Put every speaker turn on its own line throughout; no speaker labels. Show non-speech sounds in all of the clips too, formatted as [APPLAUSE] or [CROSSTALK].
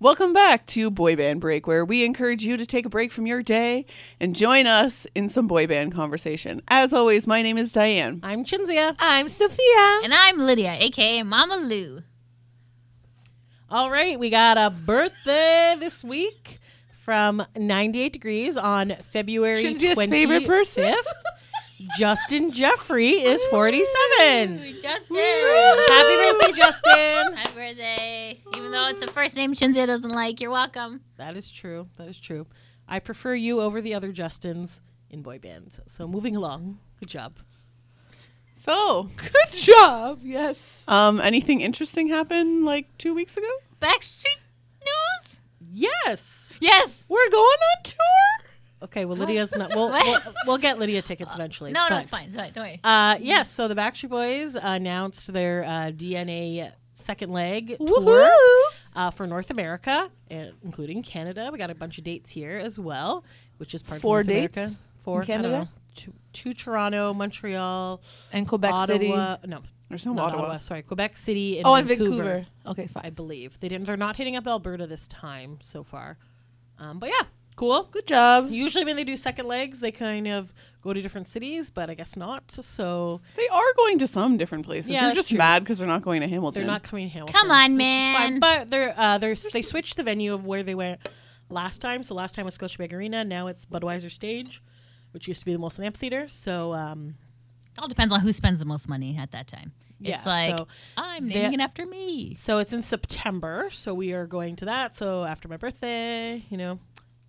Welcome back to Boy Band Break, where we encourage you to take a break from your day and join us in some boy band conversation. As always, my name is Diane.
I'm Chinzia.
I'm Sophia.
And I'm Lydia, aka Mama Lou.
All right, we got a birthday this week from 98 Degrees on February
Chinzia's
25th.
favorite person. [LAUGHS]
Justin Jeffrey is 47.
Ooh, Justin.
Happy birthday, Justin.
Happy birthday. Even though it's a first name Shinzia doesn't like, you're welcome.
That is true. That is true. I prefer you over the other Justins in boy bands. So moving along. Good job.
So,
Good job. Yes.
um, anything interesting happened like two weeks ago?
Backstreet News?
Yes.
Yes.
We're going on tour.
Okay, well, Lydia's not. We'll,
What?
we'll, we'll get Lydia tickets eventually.
[LAUGHS] No, no,
but-
it's fine. It's fine. Don't worry.
Uh, yes, so the Backstreet Boys announced their uh, DNA second leg tour
Woohoo.
uh, for North America, and including Canada. We got a bunch of dates here as well, which is part
Four
of North
dates
America. Four
in Canada?
I don't know, two, two Toronto, Montreal,
And Quebec
Ottawa.
City.
No,
There's no
not
Ottawa.
Sorry, Quebec City. And
Oh, and
Vancouver,
Vancouver. Okay,
I
fine.
believe they didn't. They're not hitting up Alberta this time so far, um, but yeah, cool.
Good job.
Usually when they do second legs, they kind of go to different cities, but I guess not. So
They are going to some different places.
Yeah,
You're
that's
just
true.
mad because they're not going to Hamilton.
They're not coming to Hamilton.
Come on,
It's fine,
man.
But they're uh, they're they switched the venue of where they went last time. So last time was Scotiabank Arena. Now it's Budweiser Stage, which used to be the Molson Amphitheater. So um,
It all depends on who spends the most money at that time. It's
Yeah,
like,
so
I'm
that-
naming it after me.
so it's in September. So we are going to that. So after my birthday, you know,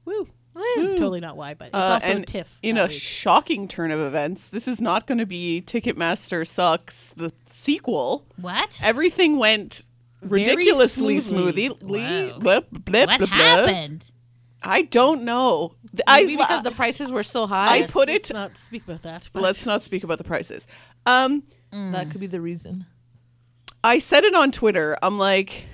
woo.
Woo.
It's totally not why, but it's
Uh,
also
and
TIFF.
in
that
a
week.
shocking turn of events, this is not going to be Ticketmaster Sucks, the sequel.
What?
Everything went ridiculously
smoothly.
smoothly.
Wow.
Blip, blip,
what
blip, blip.
happened?
I don't know. Th-
Maybe
I,
because the prices were so high.
I put
Let's
it.
not speak about that. But
Let's not speak about the prices. Um,
That could be the reason.
I said it on Twitter. I'm like,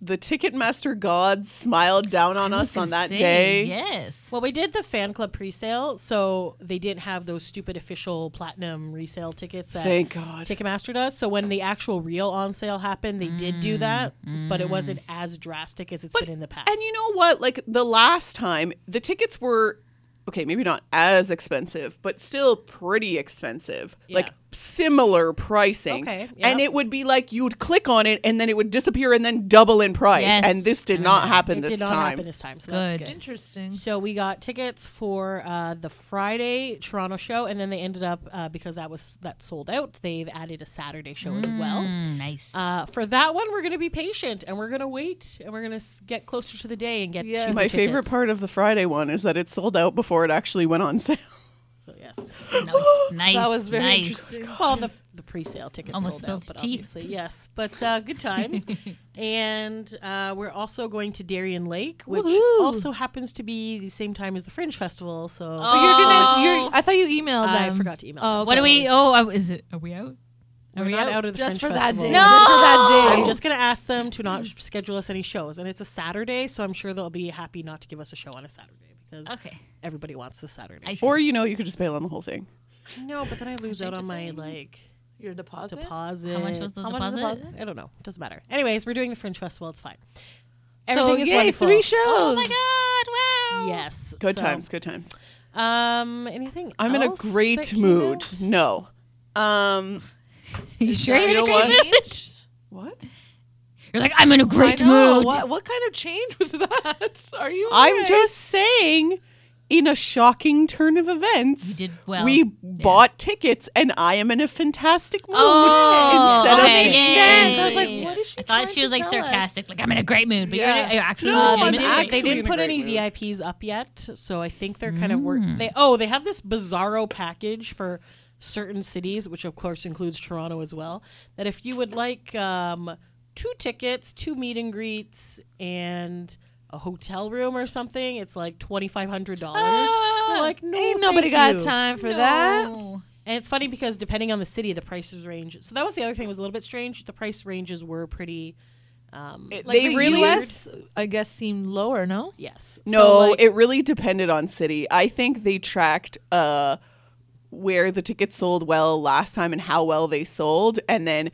the Ticketmaster gods smiled down on
I was
us on that
gonna say,
day.
Yes.
Well, we did the fan club pre-sale, so they didn't have those stupid official platinum resale tickets that
Thank God.
Ticketmaster does. So when the actual real on sale happened, they did do that, but it wasn't as drastic as it's been in the past.
Mm. And you know what? Like the last time, the tickets were okay, maybe not as expensive, but still pretty expensive. Like
Yeah.
similar pricing.
Okay,
And
yeah.
it would be like you'd click on it and then it would disappear and then double in price.
Yes.
And this did
I
not
know.
happen
Mm-hmm. it
this
did not
time.
happen this time. So
Good.
That's good.
Interesting.
So we got tickets for uh, the Friday Toronto show, and then they ended up uh, because that was that sold out. They've added a Saturday show as well.
Mm, nice.
Uh, for that one, we're going to be patient and we're going to wait and we're going to get closer to the day and get
Yes.
cheaper
My
tickets.
favorite part of the Friday one is that it sold out before it actually went on [LAUGHS] sale.
So yes.
nice. Nice.
that was very
nice.
interesting.
Well, the, the pre-sale tickets
Almost
sold out,
spilled
but
tea.
obviously yes. But uh, good
[LAUGHS]
times, and uh, we're also going to Darien Lake, which
Woohoo.
also happens to be the same time as the Fringe Festival. So
But
Oh.
you're gonna.
Oh.
You're, I thought you emailed
I
them.
forgot to email
Oh,
them.
What
okay.
are we? Oh, uh, is it? Are we out? Are
we're
we
not out of the
Just
Fringe
for that
Festival.
day.
No.
Just for that day.
I'm just gonna ask them to not schedule us any shows, and it's a Saturday, so I'm sure they'll be happy not to give us a show on a Saturday because
Okay.
everybody wants the Saturday.
I see.
Or you know, you could just bail on the whole thing.
no, but then I lose out
just
on my
saying.
like
Your deposit.
deposit.
How much was the
How much is
deposit?
the
I don't know. Doesn't matter. Anyways, we're doing the Fringe Festival. It's fine.
So
Everything is
yay,
wonderful.
three shows.
Oh my god! Wow.
Yes.
Good
so,
times, good times.
Um. Anything?
I'm in a
else that
great
came
mood.
out?
No. Um
You sure
You
you're
know
in a great
what?
mood?
what?
You're like I'm in a
I
great
know.
mood.
What, what kind of change was that? [LAUGHS] Are you?
I'm
alright?
just saying, in a shocking turn of events,
You did well.
we
Yeah.
bought tickets, and I am in a fantastic mood.
Oh,
instead
okay.
of
Yay.
sense. I was like, what is she?
I thought she was like sarcastic, like I'm in a great mood, but you're, in a,
Yeah.
you're actually
No,
Um, They
I'm
legitimately
didn't,
actually
they didn't
in a
put
great
any
mood.
VIPs up yet, so I think they're kind of
Hmm.
work. They oh, they have this bizarro package for certain cities, which of course includes Toronto as well. That if you would like um, two tickets, two meet and greets, and a hotel room or something, it's like twenty five hundred dollars. like, no,
ain't nobody
thank
got
you.
time for that.
No.
And it's funny because depending on the city, the prices range. So that was the other thing was a little bit strange. The price ranges were pretty. Um,
It-
Like
they
the
really
US, I guess, seemed lower. No,
yes.
no.
So, like,
it really depended on city. I think they tracked uh, where the tickets sold well last time and how well they sold, and then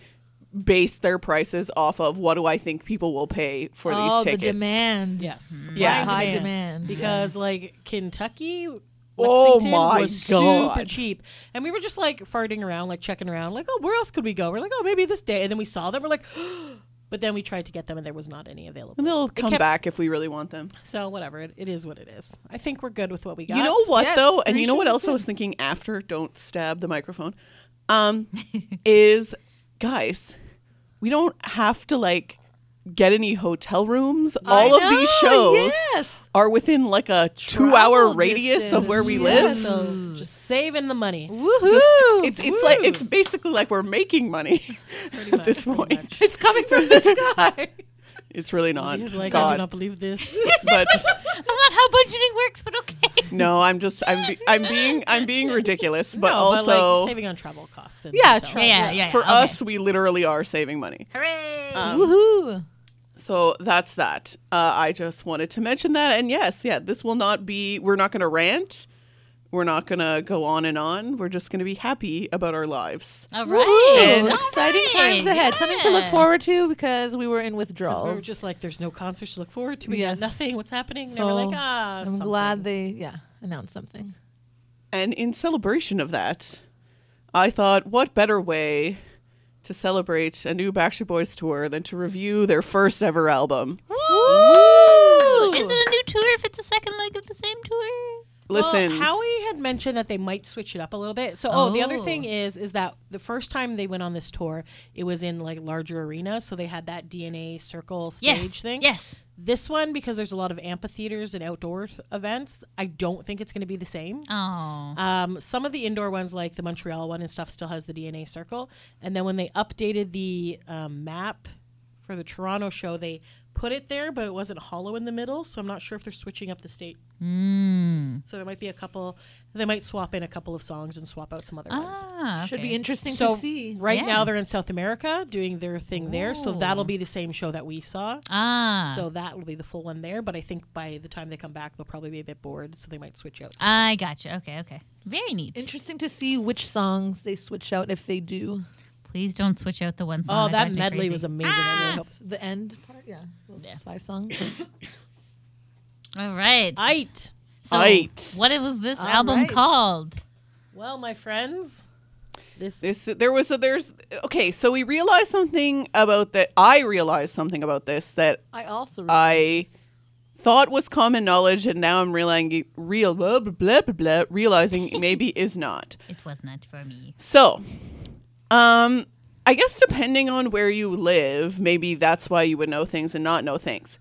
base their prices off of what do I think people will pay for
oh,
these tickets.
the demand.
Yes.
Yeah.
High
High
demand.
because
Yes.
like Kentucky, Lexington
Oh my
was super
God.
cheap, and we were just like farting around, like checking around, like oh where else could we go? We're like oh maybe this day, and then we saw them, we're like, [GASPS] but then we tried to get them and there was not any available.
And they'll come
kept-
back if we really want them.
So whatever, it, it is what it is. I think we're good with what we got.
You know what
Yes,
though, and
three
you know what
shoes
else I was thinking after. Don't stab the microphone.
[LAUGHS]
Um, is guys, we don't have to like get any hotel rooms. All of these
know,
shows
yes.
are within like a
Travel
two-hour radius
distance.
of where we
Yeah.
live.
So just saving the money.
Oh
Woohoo!
It's it's like it's basically like we're making money
[LAUGHS] Pretty
at
much,
this
pretty
point.
much.
it's coming from the sky.
It's really not.
He's like I do
God,
not believe
[LAUGHS]
this.
but
[LAUGHS] That's not how budgeting works, but okay.
no, I'm just I'm be- I'm being I'm being ridiculous, but
no,
also.
[LAUGHS] but like saving on travel costs. And
[LAUGHS] Yeah, Um,
so-
tra-
Yeah, yeah, yeah.
for
okay.
us, we literally are saving money.
Hooray!
Woohoo!
So that's that. Uh, I just wanted to mention that. And yes, yeah, this will not be, we're not going to rant. We're not going to go on and on. We're just going to be happy about our lives.
All right.
Woohoo!
All
Exciting
right.
times ahead. Something to look
Yeah.
forward to because we were in
'Cause
withdrawals.
We were just like, there's no concerts to look forward to. We got
Yes.
nothing. What's happening?
so
they were like, ah,
I'm
something.
glad they yeah announced something.
And in celebration of that, I thought, what better way to celebrate a new Backstreet Boys tour than to review their first ever album?
Is it a new tour if it's a second leg of the same tour?
Listen,
Well, Howie had mentioned that they might switch it up a little bit. So, oh, the other
Oh.
thing is, is that the first time they went on this tour, it was in like larger arenas, so they had that DNA circle stage
Yes.
thing.
Yes.
This one, because there's a lot of amphitheaters and outdoor th- events, I don't think it's going to be the same.
Oh.
Um, some of the indoor ones, like the Montreal one and stuff, still has the DNA circle. And then when they updated the um, map for the Toronto show, they put it there, but it wasn't hollow in the middle. So I'm not sure if they're switching up the state. Mm. So there might be a couple. They might swap in a couple of songs and swap out some other ones.
Ah,
Should
okay.
be interesting
So
to see.
right
Yeah.
now they're in South America doing their thing there. So that'll be the same show that we saw.
Ah.
So that will be the full one there. But I think by the time they come back, they'll probably be a bit bored. So they might switch out.
I gotcha. Okay, okay. Very neat.
Interesting to see which songs they switch out if they do.
Please don't switch out the one song.
Oh, that
drives me
medley
crazy.
was amazing. I really hope
The end part, yeah, those
Yeah.
five songs.
All right.
Aight.
so,
Aight.
what was this
All
album
right.
called?
Well, my friends, this
This there was a there's okay, so we realized something about that. I realized something about this that
I also
I thought was common knowledge, and now I'm realizing real blah blah blah, blah, blah realizing maybe is not.
It was not for me.
So, um, I guess depending on where you live, maybe that's why you would know things and not know things.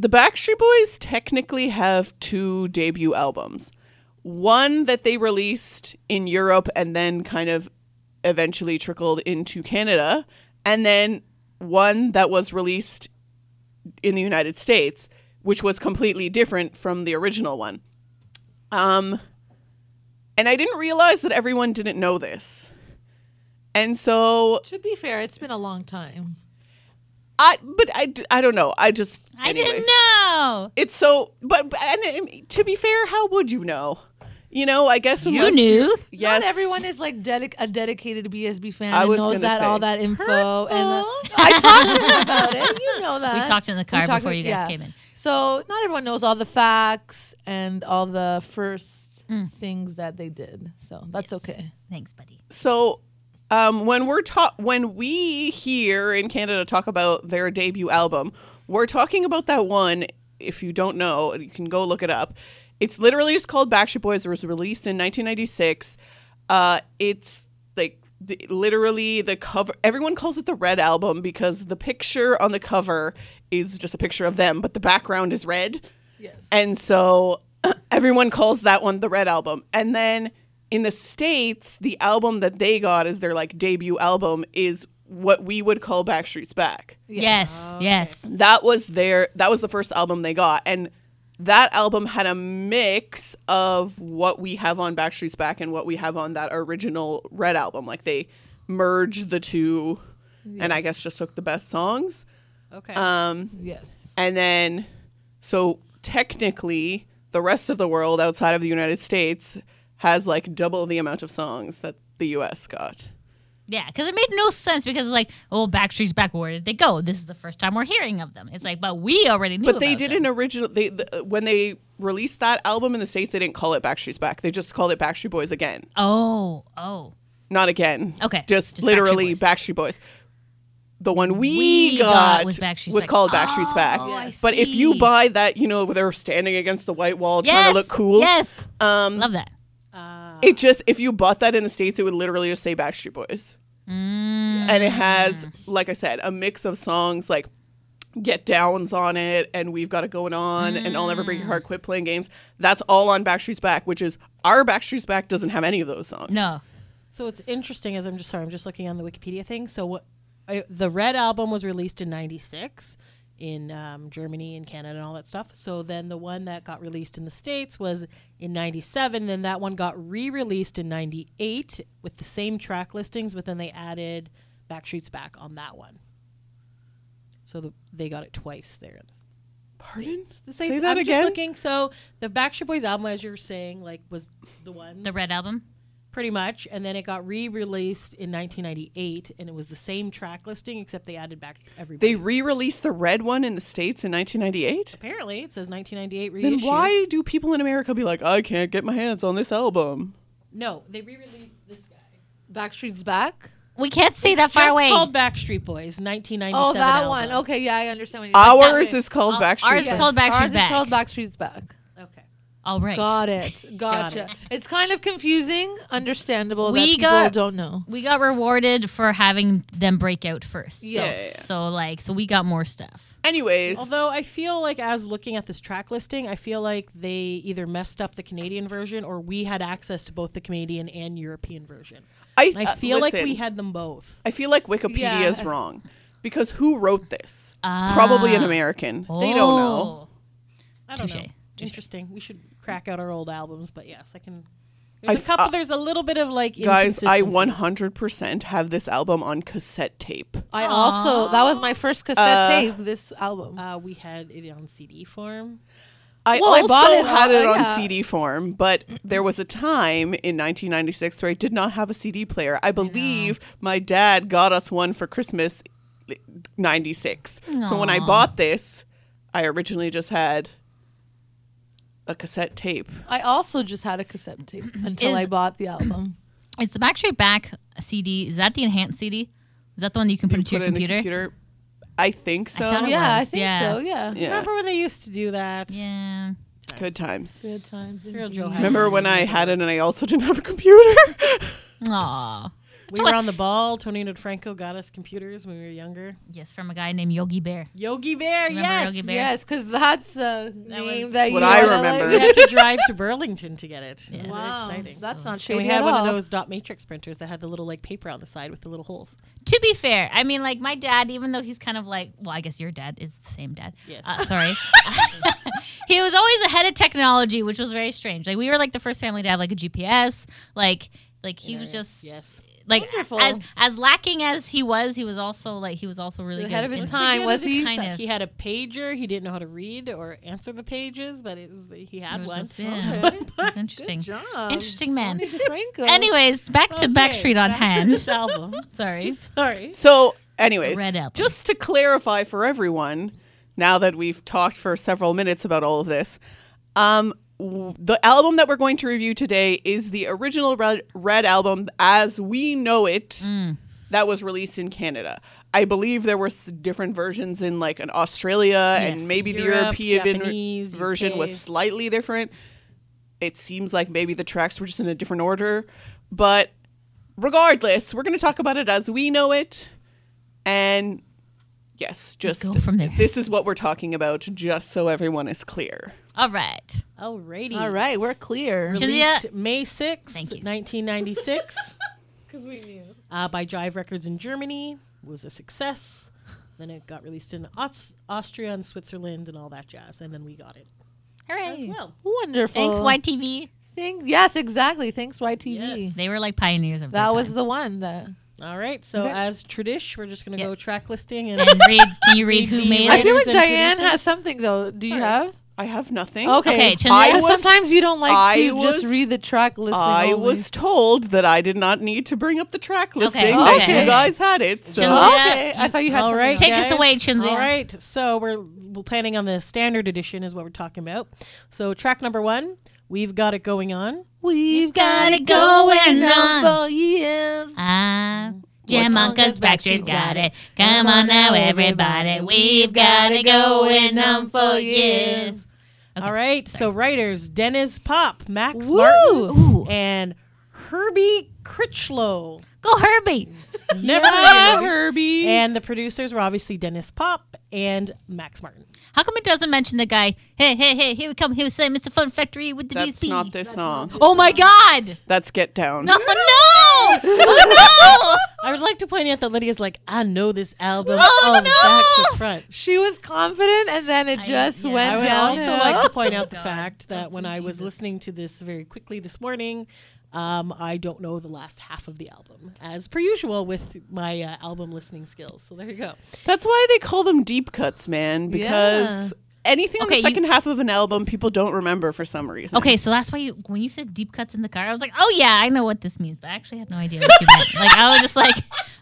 The Backstreet Boys technically have two debut albums. One that they released in Europe and then kind of eventually trickled into Canada, and then one that was released in the United States, which was completely different from the original one. Um, and I didn't realize that everyone didn't know this. And so
to be fair, it's been a long time.
I, but I, d- I don't know. I just,
I
anyways.
didn't know.
It's so, but, but- and, and to be fair, how would you know? You know, I guess
You
unless
knew.
you're- Yes,
Not everyone is like dedic- a dedicated BSB fan.
I
and
was
knows
gonna
that
say.
all that info. And uh, [LAUGHS] I talked to him about it. You know that
We talked in the car
talked-
before you guys came in.
So not everyone knows all the facts and all the first
Mm.
things that they did. So that's okay.
Thanks, buddy.
So, um, when we're ta- when we here in Canada talk about their debut album, we're talking about that one. If you don't know, you can go look it up. It's literally just called Backstreet Boys. It was released in 1996. Uh, it's like the, literally the cover. Everyone calls it the Red Album because the picture on the cover is just a picture of them, but the background is red.
Yes.
And so [CLEARS THROAT] everyone calls that one the Red Album. And then in the States, the album that they got as their like debut album is what we would call Backstreet's Back.
Yes, yes.
That was their that was the first album they got. And that album had a mix of what we have on Backstreet's Back and what we have on that original Red album. Like they merged the two and I guess just took the best songs.
okay.
Yes.
And then, so technically, the rest of the world outside of the United States has like double the amount of songs that the US got.
Yeah, because it made no sense because it's like, oh, Backstreet's back. Where did they go? This is the first time we're hearing of them. It's like, but we already knew.
But they
about them.
didn't original. They the, when they released that album in the states, they didn't call it Backstreet's Back. They just called it Backstreet Boys again.
Oh, oh,
Not again.
Okay,
Just,
just
literally
Backstreet
Backstreet Boys. The one we,
We
got,
got was Backstreet's Back.
called Backstreet's Back.
Oh, I
But if you
see.
buy that, you know, where they're standing against the white wall
yes,
trying to look cool.
Yes,
Um,
love that.
it just if you bought that in the states, it would literally just say Backstreet Boys.
Mm.
And it has, like I said, a mix of songs like Get Downs on it, and We've Got It Going On, and I'll Never Break Your
Mm.
Heart, Quit Playing Games. That's all on Backstreet's Back, which is our Backstreet's Back doesn't have any of those songs.
No,
So it's interesting as I'm just sorry, I'm just looking on the Wikipedia thing. So what I, the Red album was released in 96 in um, Germany and Canada and all that stuff. So then the one that got released in the States was in 97. Then that one got re released in 98 with the same track listings, but then they added Backstreet's Back on that one. So the, they got it twice there.
Pardon?
The
Say
States-
that
I'm just
again?
looking. So the Backstreet Boys album, as you were saying, like was the one
the Red album.
pretty much and then it got re-released in 1998 and it was the same track listing except they added back everybody
They re released the red one in the states in 1998.
apparently it says 1998 reissue
Then why do people in America be like, I can't get my hands on this album?
no they re-released this guy
Backstreet's back.
We can't see that far
Just
away.
called backstreet boys 1997
Oh, that
album.
one. Okay, yeah, I understand. What you're
Ours
okay.
is called
Oh,
Backstreet.
ours is
Boys.
called Backstreet's
Ours
Back.
is called Backstreet's back.
okay
All right,
Got it. Gotcha.
it.
It's kind of confusing, understandable.
We
that people
got-
don't know.
we got rewarded for having them break out first.
Yes.
So, so like, so we got more stuff.
Anyways,
although i feel like as looking at this track listing i feel like they either messed up the canadian version or we had access to both the canadian and european version
I,
And i
uh,
feel like
listen.
we had them both
I feel like Wikipedia
Yeah.
is wrong because who wrote this? Probably an American. They don't
Oh.
know.
i don't know
Touche. Touche.
interesting we should crack out our old albums but yes i can
I
there's a
f-
couple
uh,
there's a little bit of like
Guys, I
inconsistencies.
100% have this album on cassette tape.
I also that was my first cassette tape. This album.
Uh, we had it on CD form.
I
Well, I
also
bought it
had
on-
it on
yeah.
CD form, but there was a time in 1996 where I did not have a CD player. I believe my dad got us one for Christmas 96. So when I bought this, I originally just had a cassette tape.
I also just had a cassette tape until
Is-
I bought the album.
Is the Backstreet Back CD? Is that the enhanced CD? Is that the one that you can put into
Put
your
it in the
computer?
computer. I think so.
found it
yeah, I
was,
think
yeah.
so. Yeah.
Oh, yeah.
Remember when they used to do that?
Yeah.
Good times.
Good times.
It's real Joe Hack.
Remember when I had it and I also didn't have a computer? [LAUGHS]
Aw.
We were on the ball. Tony and Franco got us computers when we were younger.
Yes, from a guy named Yogi Bear.
Yogi Bear,
Remember
yes.
Yogi Bear?
Yes, because that's a name
was-
that
what
you
I
wanna,
remember.
We
Like,
had to drive to Burlington to get it. It was
wow,
exciting.
that's not
and
shady
we had
at
one of
all.
those dot matrix printers that had the little like paper on the side with the little holes.
To be fair, I mean, like my dad, even though he's kind of like, well, I guess your dad is the same dad.
Yes.
Uh, sorry. [LAUGHS] he was always ahead of technology, which was very strange. Like we were like the first family to have like a GPS. Like, like he was just.
yes.
Like
Wonderful.
as as lacking as he was, he was also like he was also really good
Ahead of his
in- [LAUGHS]
time, was he?
Kind of.
He had a pager. He didn't know how to read or answer the pages, but it was the, he
It
had
was
one.
just- yeah. [LAUGHS] It was interesting.
Job.
Interesting man.
Tony DeFranco.
Anyways, back to
Okay,
Backstreet on
back to
hand.
This [LAUGHS] album.
[LAUGHS] Sorry.
Sorry.
so, anyways,
Red apple.
just to clarify for everyone, now that we've talked for several minutes about all of this, um, w- the album that we're going to review today is the original Red, Red album as we know it
Mm.
that was released in Canada. I believe there were s- different versions in like an Australia
Yes.
and maybe
Europe,
the European
Japanese,
version
UK.
was slightly different. It seems like maybe the tracks were just in a different order, but regardless, we're going to talk about it as we know it. And yes, just
Go from there.
This is what we're talking about, just so everyone is clear.
All right.
Alrighty.
All right, we're clear.
Just-
released
Yeah.
May 6th,
Thank you.
1996,
[LAUGHS]
uh, by Jive Records in Germany. It was a success. Then it got released in Aus- Austria and Switzerland and all that jazz. And then we got it as
Hooray.
well.
Wonderful.
Thanks, YTV.
Thanks. Yes, exactly. Thanks, YTV.
Yes.
They were like pioneers of
That
their
was
time.
the one that.
All right. So, as tradish, we're just going to
Yeah.
go track listing and
and read. Can [LAUGHS] you read who [LAUGHS]
Read the
made
I
it?
feel like
Writers and
Diane
producers?
has something though. Do you have?
I have nothing.
Okay.
Okay, Chandler.
I
Because
was-
sometimes you don't like
I
to
was-
just read the track list.
I
only.
was told that I did not need to bring up the track listing.
okay.
That you guys had it. So
Chandler-
Oh, Okay. I thought you had
All
something
right,
else.
Take us
guys.
away, Chinzia.
All right, so we're, we're planning on the standard edition is what we're talking about. So track number one, we've got it going on.
We've
got
got
it
it going
going on.
on for years.
Ah, Jim Uncas Baxter's got it. Come on now, everybody. We've got it going on for years.
All right, so writers Dennis Pop, Max
Woo!
Martin,
Ooh,
and Herbie Critchlow.
go Herbie.
Never mind.
Herbie.
And the producers were obviously Dennis Pop and Max Martin.
How come it doesn't mention the guy? Hey, hey, hey, here we come. Here we say Mr. Fun Factory with the
That's
DC.
not this song.
Oh my God!
That's Get Down.
No, no, Oh,
I would like to point out that Lydia's like, I know this album
Oh,
on
no!
back to front.
She was confident, and then it
I-
just
yeah.
I
went
would also
downhill.
like to point out the
[LAUGHS] God,
fact that
that's
when
me,
I was
Jesus.
listening to this very quickly this morning, um, I don't know the last half of the album, as per usual with my uh, album listening skills. So there you go.
That's why they call them deep cuts, man, because anything
Okay,
in
you-
the second half of an album people don't remember for some reason.
no! Okay, so that's why you, when you said deep cuts in the car, I was like, oh yeah, I know what this means, but I actually had no idea what you meant. Like I was just like,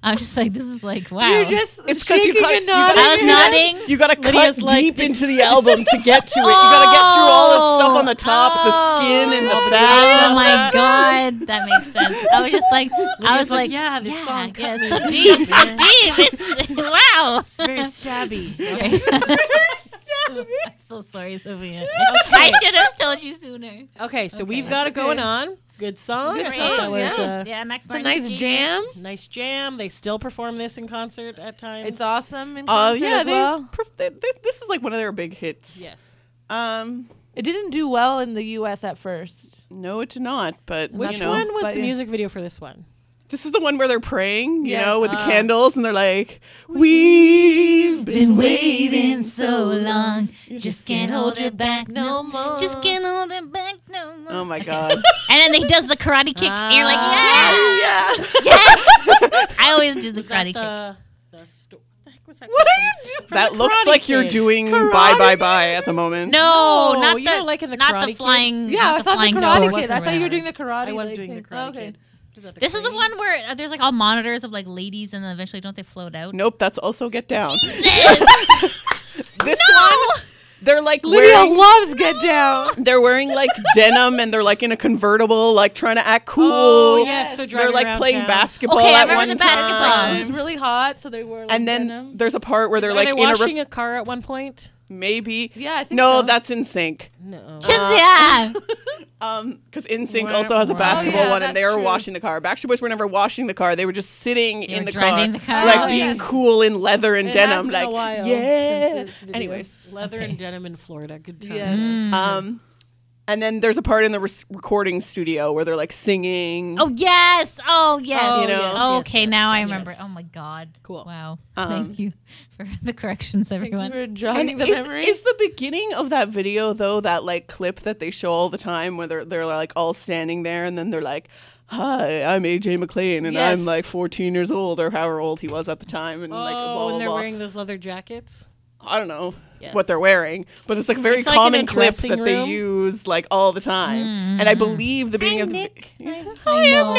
I was just like, this is like wow.
You're just
It's 'cause you
shaking
got-
and
you
nodding.
got-
I was
your head.
nodding.
You gotta
Lydia's
cut
like,
deep
this-
into the album to get to it. You gotta get through all the stuff on the top,
Oh.
the skin and the fat.
Oh my god, that makes sense. I was just like, I was like,
yeah, this song
yeah,
cut
it's
me.
so deep, so deep. It's, wow.
Very stabby.
[LAUGHS] I'm so sorry, Sophia. I should have told you sooner.
Okay, so
Okay.
we've got it going on. Good song.
Good
That
song,
was,
yeah.
uh,
yeah, Max
It's a nice jam.
Nice jam. They still perform this in concert at times.
It's awesome in
Uh,
concert
yeah,
as
they,
well.
perf- they- they- this is like one of their big hits.
yes.
Um,
It didn't do well in the U.S. at first.
no, it did not. But
Which
you know,
one was
but
the
yeah.
music video for this one?
This is the one where they're praying, you
Yes.
know, with the
Oh.
candles, and they're like, "We've been waiting."
so long. Just
can't hold it back no more.
Just can't hold it back no more.
Oh my god!
And then he does the karate kick, and you're
Ah.
like,
Oh,
yeah,
yeah. [LAUGHS]
yeah. I always do the karate kick.
The, the sto- what the heck was that? What
That
the
looks
Karate
like you're
Kid.
doing bye bye bye at the moment.
No,
No,
not the
you don't like in the
not
Karate
the
Kid?
flying.
Yeah,
not
I
the
thought
flying
the
sword.
Karate
sword
Kid. I
or
thought you were
whatever.
doing the Karate.
I was
like,
doing the
thing.
Karate
Okay.
Kid. Was that
This is the
karate?
one where uh, there's like all monitors of like ladies, and then eventually don't they float out? [LAUGHS]
Nope, that's also get down. [LAUGHS]
no.
This one, they're like
Lydia
wearing,
loves [LAUGHS] Get Down.
they're wearing
[LAUGHS]
like denim and they're like in a convertible, like trying to act cool.
Oh, yes,
they're
they're driving
like
around
playing
town.
basketball
Okay, I
at
remember
one
the
time.
basketball.
It was really hot, so they were. Like,
And then
denim.
there's a part where they're
Are
like
they
in a
washing
re-
a car at one point?
maybe.
Yeah, I think
no,
so.
that's in sync.
No.
Cynthia.
Um, because InSync
Wah,
also has a
wah.
basketball
Oh, yeah,
one, and they
that's
were
true.
washing the car. Backstreet Boys were never washing the car; they were just sitting in the
were
car,
driving the car.
like
Oh,
being
yes.
cool in leather and
It has
denim.
been
like,
a while since
yeah.
this video.
Anyways,
Leather
Okay.
and denim in Florida. Good times.
Yes.
um, and then there's a part in the rec- recording studio where they're like singing.
Oh yes. Oh yes.
Oh,
You know. yes,
yes,
okay,
yes,
now I
yes.
remember. Oh my god.
Cool.
Wow.
Um,
Thank you for the corrections,
Thank you
everyone.
for
And
jogging the
is,
memory.
is the beginning of that video though that like clip that they show all the time where they're, they're like all standing there and then they're like hi i'm aj mclean and i'm
Yes.
like 14 years old or however old he was at the time and
Oh,
like blah, blah,
and they're
blah.
wearing those leather jackets.
i don't know
Yes. Mm,
what they're wearing but it's like a very
It's like in a
common clip
dressing
that they
room. Mm.
use like all the time and i believe the beginning of the
Nick.
vi- Yeah.
I know.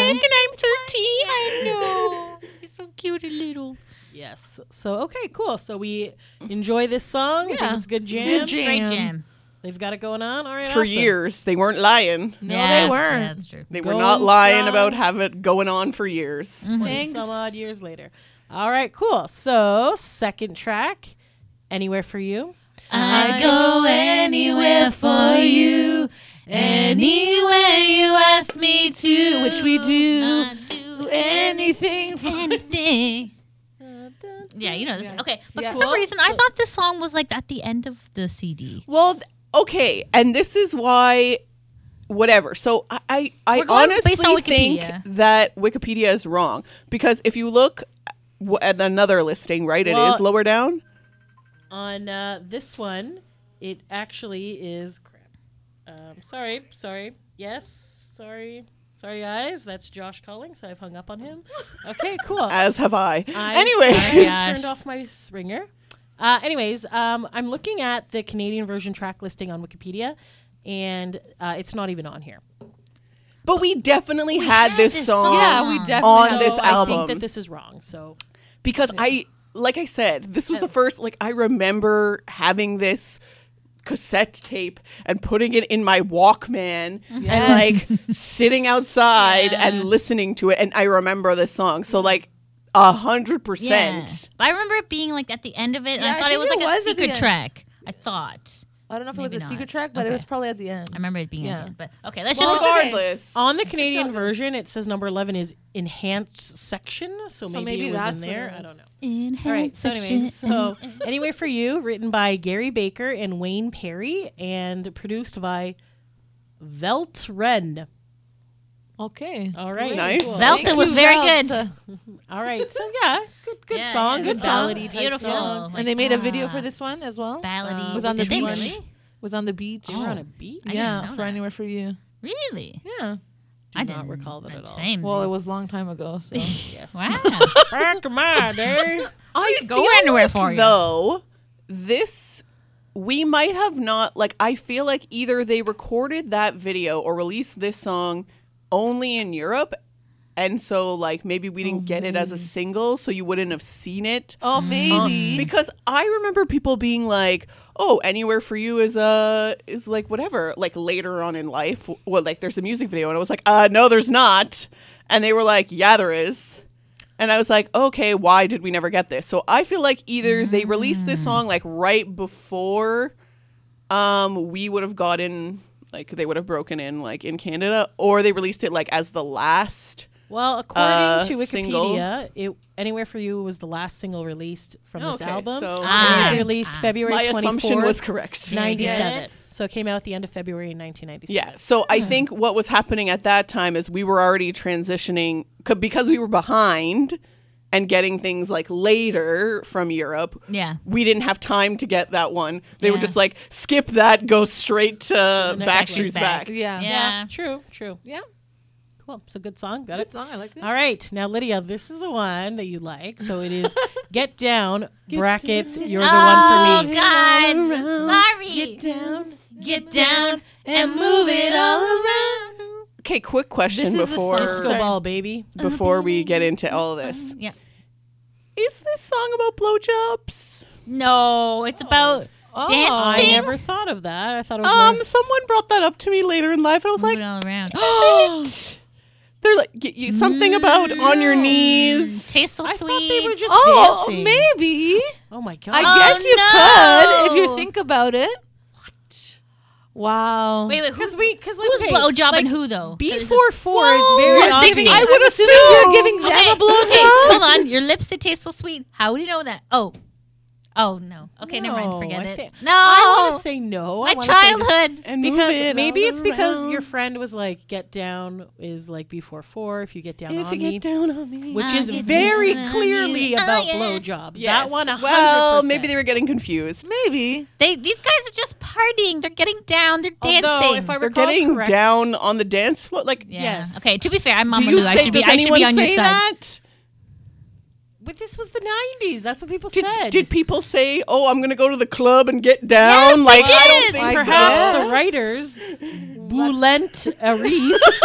i'm 13
I know. He's so cute and little.
Yes. So okay, cool. So we enjoy this song. I think
Yeah.
it's a good jam.
good jam.
Great jam.
They've got it going on. All right.
for
awesome.
years they weren't lying
No,
Yeah,
they weren't.
yeah, that's true.
they were
Going
not lying
strong.
about having it going on for years
Thanks. Some odd years later. All right, cool. So second track, anywhere for you.
I'd go anywhere for you. Anywhere you ask me to.
Which we do.
Not do
Anything. For-
anything. Yeah, you know this.
Yeah.
Okay, but
Yeah.
for some
Well,
reason, I thought this song was like at the end of the CD.
Well, th- okay, and this is why, whatever. So I, I, I
We're going
honestly
based on
think
Wikipedia.
that Wikipedia is wrong because if you look w- at another listing, right, it is
Well-
lower down.
On uh, this one, it actually is crap. Um, sorry, sorry. Yes, sorry, sorry, guys. That's Josh calling, so I've hung up on him. Okay, cool.
As have I.
I-
Anyway,
I just
Gosh.
turned off my ringer. Uh, anyways, um, I'm looking at the Canadian version track listing on Wikipedia, and uh, it's not even on here.
[LAUGHS] But we definitely had,
had
this,
this
song,
song.
Yeah, we
On
definitely
on
So
have
this
that.
I
album.
think that this is wrong. So
because I, like I said, this was the first. Like I remember having this cassette tape and putting it in my Walkman and like sitting outside and listening to it. And I remember this song. So like a hundred percent.
But I remember it being like at the end of it, and I
Yeah, I
thought it
think
was
it
like
was
a
at the
secret
end.
track. I thought.
I don't know if it
Maybe
was a
not.
secret track, but
Okay.
it was probably at the end.
I remember it being
Yeah.
yeah. but okay, let's
Well,
just
okay.
Regardless,
on the Canadian version, it says number 11 is enhanced section. So,
So
maybe,
maybe
it was in
that's what it
there. I
was.
don't know.
enhance
All right. So anyway, so anyway for you, written by Gary Baker and Wayne Perry, and produced by Velt Ren.
Okay.
Oh,
All right,
Nice.
cool.
Veldt,
Thank
it was
you,
very
Veldt.
good.
All right, so yeah, good, good
Yeah,
song,
yeah,
good
good song.
ballady, type
Beautiful.
song.
Like,
and they made a video
ah,
for this one as well.
Um,
ballady.
Uh, was on the
Did they
beach.
really?
Was on the beach.
They were on a beach.
Oh,
[LAUGHS]
I didn't know
yeah, for
that.
anywhere for you.
Really?
Yeah.
I
not
didn't
recall that at all.
James
Well, it
is-
was a long time ago.
[LAUGHS]
So
Yes.
Wow.
Back in [LAUGHS] my day.
I
go anywhere for you.
Though this, we might have not like. I feel like either they recorded that video or released this song only in Europe, and so like maybe we didn't get it
Oh,
as a single, so you wouldn't have seen it.
oh maybe
Because I remember people being like, "Oh, anywhere for you is uh is like whatever." Like later on in life, well, like there's a music video, and I was like, "Uh, no, there's not," and they were like, "Yeah, there is," and I was like, "Okay, why did we never get this?" So I feel like either they released this song like right before, um, we would have gotten like they would have broken in like in Canada, or they released it like as the last.
Well, according
Uh,
to
single.
Wikipedia, it, "Anywhere for You" was the last single released from this
Okay,
album.
so-
it
Ah.
was released February
My
24th,
assumption was correct.
97.
Yes.
So it came out at the end of February in 1997.
Yeah. So I think what was happening at that time is we were already transitioning c- because we were behind and getting things like later from Europe.
Yeah.
We didn't have time to get that one. They were
Yeah.
just like, skip that, go straight to Backstreet's Back.
yeah.
Yeah.
True. True.
Yeah.
Cool. So good song. Got
Good
it.
song. I like it.
All right. Now, Lydia, this is the one that you like. So it [LAUGHS] is Get Down, brackets, You're the
oh
One for Me.
God! Sorry. Get down,
Down.
and move it all around.
Okay, quick question
This is the
before
song-
Disco Ball, baby.
before we get into all this.
Yeah.
Is this song about blowjobs?
No, it's about
Oh.
dancing.
I never thought of that. I thought it was more-
Um, someone brought that up to me later in life and I was
move
like,
it all around.
"Is it?" They're like, y- you, something about on your knees.
Tastes so
I
sweet.
thought they were just
[GASPS] Oh,
dancing.
maybe.
Oh my god.
I
Oh,
guess you
no.
could if you think about it. What? Wow.
wait, wait.
Because
Who's,
we, because like,
who's
okay,
blowjob
like,
oh, and who though? 'Cause
B
this is-
four four is very
Whoa.
obvious.
I
I would assume
You're [LAUGHS] giving them
Okay,
a blow
okay, hold on. Your lips that taste so sweet. How do you know that? Oh, oh no. Okay, never mind.
No,
Forget
I
it.
think-
no,
I want to say no. I
my
wanna say
childhood.
And move
because
it
maybe
all
it's because your
around.
friend was like, "Get down" is like before four. If you get down
If
on
you
me,
get down on me.
which
I'll
is
get
very
down on
clearly
you. Oh,
about
yeah.
blowjobs. That
Yes.
one, a
Well, maybe they were getting confused.
Maybe.
They these guys are just partying. They're getting down. They're dancing.
Although, if I
They're
recall
getting
correct-
down on the dance floor. Like,
yeah.
yes.
Okay. To be fair, I'm
do
Mama
you
Lou.
say,
I should be.
does
I should
anyone
be on your
say
side.
that?
but this was the '90s. That's what people
Did,
said.
did people say, "Oh, I'm gonna go to the club and get down"?
Yes,
Oh, like,
they
I don't
did.
think
I
Perhaps
guess.
the writers, Boulent
[LAUGHS]
Aris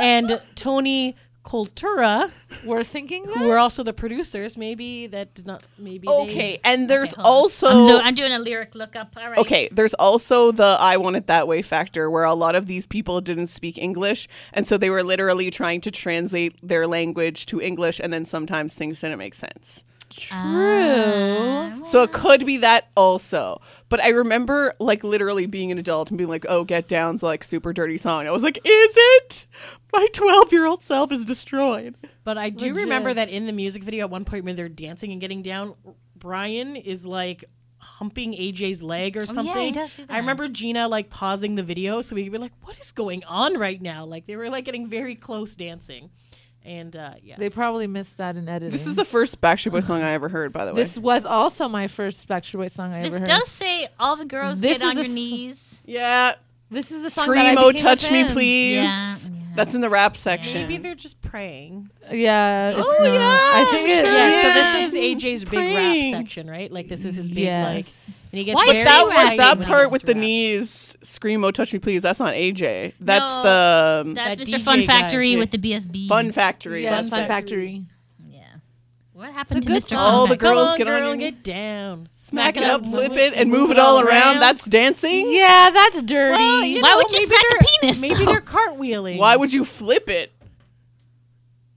and Tony Coltura,
We're thinking that.
who were also the producers, maybe that did not. Maybe they-
Okay, and there's
Okay, hold on.
also
I'm, do- I'm doing a lyric lookup. All right.
Okay, there's also the I want it that way factor where a lot of these people didn't speak English and so they were literally trying to translate their language to English and then sometimes things didn't make sense.
True.
So it could be that also. But I remember like literally being an adult and being like, "Oh, Get Down's like super dirty song." I was like, "Is it?" My 12-year-old self is destroyed.
But I do remember that
Legit.
in the music video, at one point when they're dancing and getting down, Brian is like humping AJ's leg or
he
something.
does do
I remember
that.
Gina like pausing the video so we could be like, "What is going on right now?" Like they were like getting very close dancing, and uh, yes,
They probably missed that in editing.
This is the first Backstreet Boys song I ever heard, by the way.
This was also my first Backstreet Boys song I
This
ever heard.
does say all the girls
This
get on
is a
your
s-
knees.
yeah.
this is the song that I
Screamo
became a
touch me
fan.
please.
Yeah. yeah.
That's in the rap section.
Maybe they're just praying.
Yeah. It's
Oh,
not-
yeah,
I think it,
sure.
Yeah,
Yeah.
so this is AJ's big
Praying.
rap section, right? Like this is his big like
Yes.
and he gets
Why is
very
that
that
one-
one,
excited
that
when he
part
gets
with
to
the
rap.
knees, screamo, touch me please. That's not AJ. That's
No.
the um,
That
That's Mr.
DJ
Fun
guy.
Factory
Yeah.
with the BSB.
Fun Factory.
Yes.
Fun
Fun
Fac-
Factory.
Yeah. What happened
It's a
to
good
Mr.
song.
Fun
All the
Factory?
girls-
Come on,
get on
girl,
your-
get down,
Smack it up, flip
move
it, and move it all around. That's dancing.
Yeah, that's dirty.
Well, you
Why
know,
would you
maybe
smack a
[LAUGHS]
penis?
Maybe [LAUGHS] they're cartwheeling.
Why would you flip it?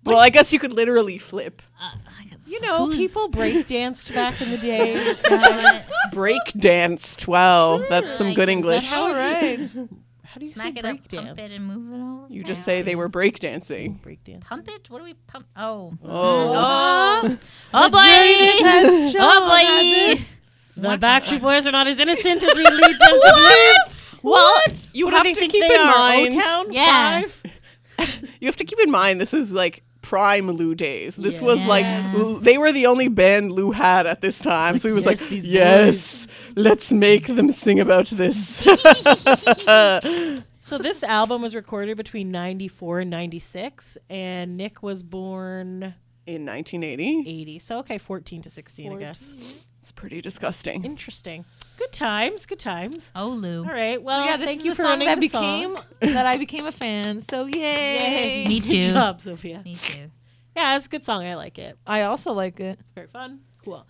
Well, I guess you could literally flip.
you know
Who's-
people break danced back in the [LAUGHS]
[LAUGHS]
day?
Break danced. Wow, that's some
I
good
guess
English.
that's how-
All right. How do you
Smack
say
it up,
break dance?
pump it, and move it all.
You just
around.
say they were breakdancing.
break dance.
Pump it? What do we pump? Oh.
Oh.
Oh, boy!
Yes, sure.
Oh, boy!
The Backstreet Boys are not as innocent as we lead them to believe.
What? You
What do
have
they
to
think
keep
they
in
are,
mind.
O-Town?
Yeah.
You have to keep in mind this is like prime Lou days. This
Yeah.
was like
Yes.
Lou- they were the only band Lou had at this time. So he was
Yes,
like,
these
"Yes, let's make them sing about this." [LAUGHS]
So this album was recorded between 94 and 96 and Nick was born
In 1980,
80. So okay, 14 to 16, I guess.
it's pretty disgusting.
Interesting. Good times, good times.
Oh, Lou.
All right.
So
Well,
yeah, this
thank
is
you
the
for
song
running
that
the
became
song.
that I became a fan. So yay!
[LAUGHS]
Me
Good
too.
job, Sophia.
Me too.
Yeah, it's a good song. I like it.
I also like it.
It's very fun. Cool.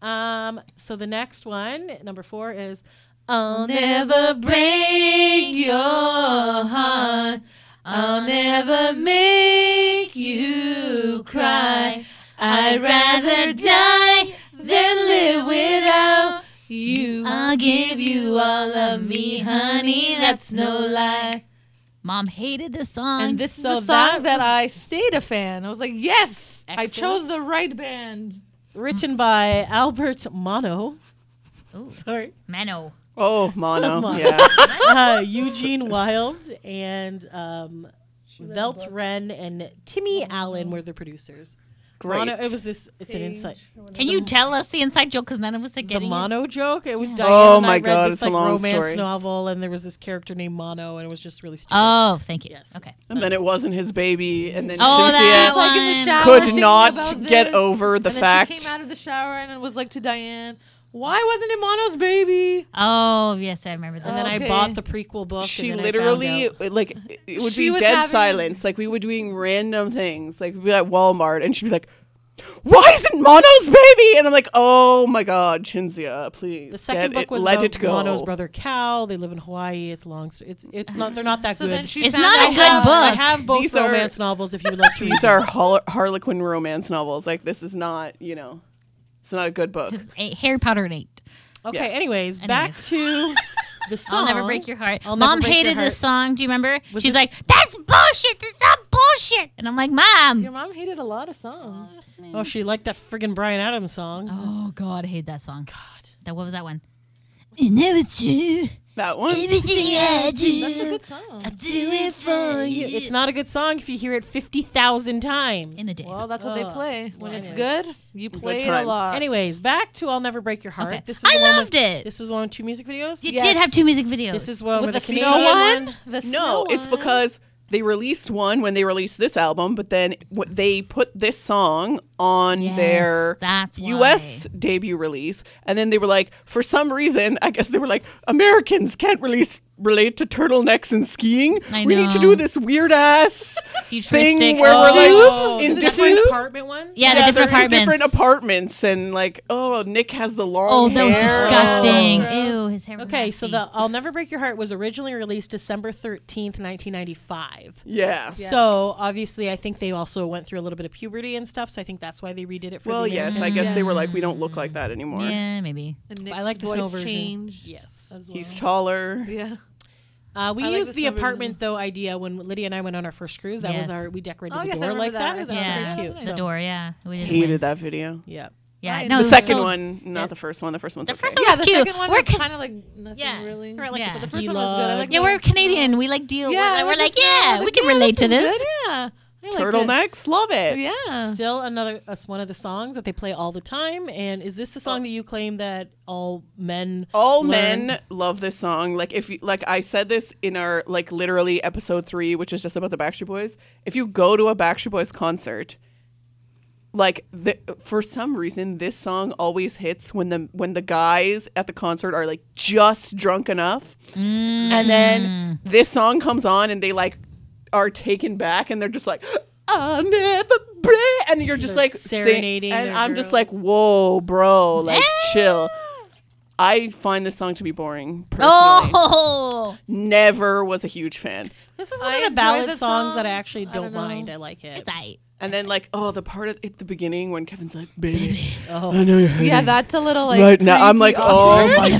Um, so the next one, number 4 is um, I'll
Never break your heart. Uh-huh. I'll
Uh-huh.
never make you cry. I'd rather die than live without you. I'll give you all of me, honey. That's no lie.
Mom hated this song.
And this is
So
a song
that
that I stayed a fan. I was like, yes, I
Excellent.
chose the right band.
written by Albert
[LAUGHS]
Mono.
Ooh,
Sorry.
Mano.
Oh, mono. yeah.
uh, Eugene Wilde and um, Velt Wren and Timmy Allen were the producers.
Great.
Mono, it was this. It's an insight.
Can you tell us the inside joke? Because none of us are
The
getting it.
Mono joke. It was Diane
Oh
and I
my
read
God,
This,
it's a
like,
long
romance
story.
novel, and there was this character named Mono, and it was just really stupid.
Oh, thank you.
Yes.
Okay.
and then it wasn't his baby, and then
Oh,
Cynthia
that
like in the
one.
shower
could
thinking
not
about
get
this.
over the
and
fact.
Then she came out of the shower and it was like to Diane, "Why wasn't it Mono's baby?"
Oh, yes, I remember this.
and then
Okay.
I bought the prequel book.
she
and then
literally
I found out. [LAUGHS]
like it- it would
She
be
was
dead
having-
silence. Like we were doing random things. Like we'd be at Walmart and she'd be like, "Why isn't Mono's baby?" And I'm like, "Oh my God, Chinzia, please
The second
get
book
it,
was
let
about
it go."
Mono's brother Cal. They live in Hawaii. It's long. sto- It's it's not. They're not that
So
good.
then she
It's
found
not a
out
I
good
have-
book.
I have both
These are-
romance novels. If you would like to read
These
them.
are Har- Harlequin romance novels. Like this is not, you know, it's not a good
[LAUGHS]
book.
Eight- Harry Potter and eight.
Okay.
Yeah.
Anyways, back
Anyways.
to the song.
[LAUGHS] I'll never break your heart.
I'll never
Mom
break your
hated this song. Do you remember?
Was
She's
this-
like, "That's bullshit. That's not bullshit." And I'm like,
Your
"Mom."
mom hated a lot of songs.
Oh, she liked that friggin' Brian Adams song.
Oh God, I hate that song. God, that what was that one? It never true.
That one.
Everything I
That's a
do,
good song.
I do it for you.
It's not a good song if you hear it 50,000 times.
In a day.
Well, that's what they
Ugh.
play. When it's
Anyways.
good, you play it a
times.
lot.
Anyways, back to I'll Never Break Your Heart.
Okay.
This is
I
the one
loved
with,
it.
This was the one with two music videos.
you
yes.
did have two music videos.
This is one
with
with
the
the
snow
Canadian
one, the
No,
snow
it's
one.
because they released one when they released this album, but then w- they put this song on
Yes,
their
that's
U.S. debut release, and then they were like, for some reason, I guess they were like, Americans can't release relate to turtlenecks and skiing.
I
we need to
know.
do this weird ass
Futuristic.
thing where we're
Oh,
like in
the
different.
different apartment one?
[LAUGHS] yeah, the different
they're in
apartments.
different apartments, and like, oh, Nick has the long.
oh, that was
hair.
disgusting.
Oh,
Ew,
gross.
his hair. was
Okay, so
nasty.
the I'll Never Break Your Heart was originally released December 13th, 1995.
Yeah.
Yes.
So obviously, I think they also went through a little bit of puberty and stuff. So I think that's why they redid it for
Well,
the
yes, I
internet.
guess they
Yes.
were like, we don't look like that anymore.
yeah, maybe.
And Nick's
I like the snow
voice
version.
change.
Yes.
as well.
He's taller.
Yeah.
Uh, we
I like
used
the
the
suburban
apartment though idea when Lydia and I went on our first cruise. That
Yes.
was our we decorated
Oh,
the
yes, I
door
remember
like
that.
that.
I
It was
remember
Yeah,
that.
very cute.
the
So,
door. Yeah, we didn't. win.
Hated that video.
yeah.
Yeah,
Ryan,
no, it
the
The
was
second
[LAUGHS] so-
one, not
yeah.
the first one. The first one's
The
okay.
first one
Oh, Yeah,
was
the
cute.
second one
We're
was
con-
kind of like nothing
Yeah.
really.
Or like
Yeah.
the
The
ski
first one was good. I
lodge.
like
yeah,
the-
we're Canadian. We like deal. Yeah,
I
we're like,
this.
yeah,
I'm
we can
yeah,
relate to
is
this.
good, yeah.
Turtlenecks, love it.
Yeah.
Still another that's one of the songs that they play all the time. And is this the song
Oh.
that you claim that all men
All
learn?
men love this song. Like if you like I said this in our like literally episode 3 which is just about the Backstreet Boys. If you go to a Backstreet Boys concert, like the, for some reason this song always hits when the when the guys at the concert are like just drunk enough. And
Mm.
then this song comes on and they like are taken back and they're just like I'll never break and you're just
They're
like sing-
serenading
and
their
I'm just
girls.
like whoa bro
[LAUGHS]
like chill. I find this song to be boring. Personally.
Oh, [LAUGHS]
Never was a huge fan.
This is one
I
of the
enjoy
ballad
the
songs that I
songs.
actually
I
don't,
don't know.
mind. I like it.
it's aight.
And then like, oh, the part at at the beginning when Kevin's like, "Baby,
Oh.
I know you're hurting
Yeah, that's a little like.
right now." I'm like,
creepy [LAUGHS]
"Oh
awkward.
my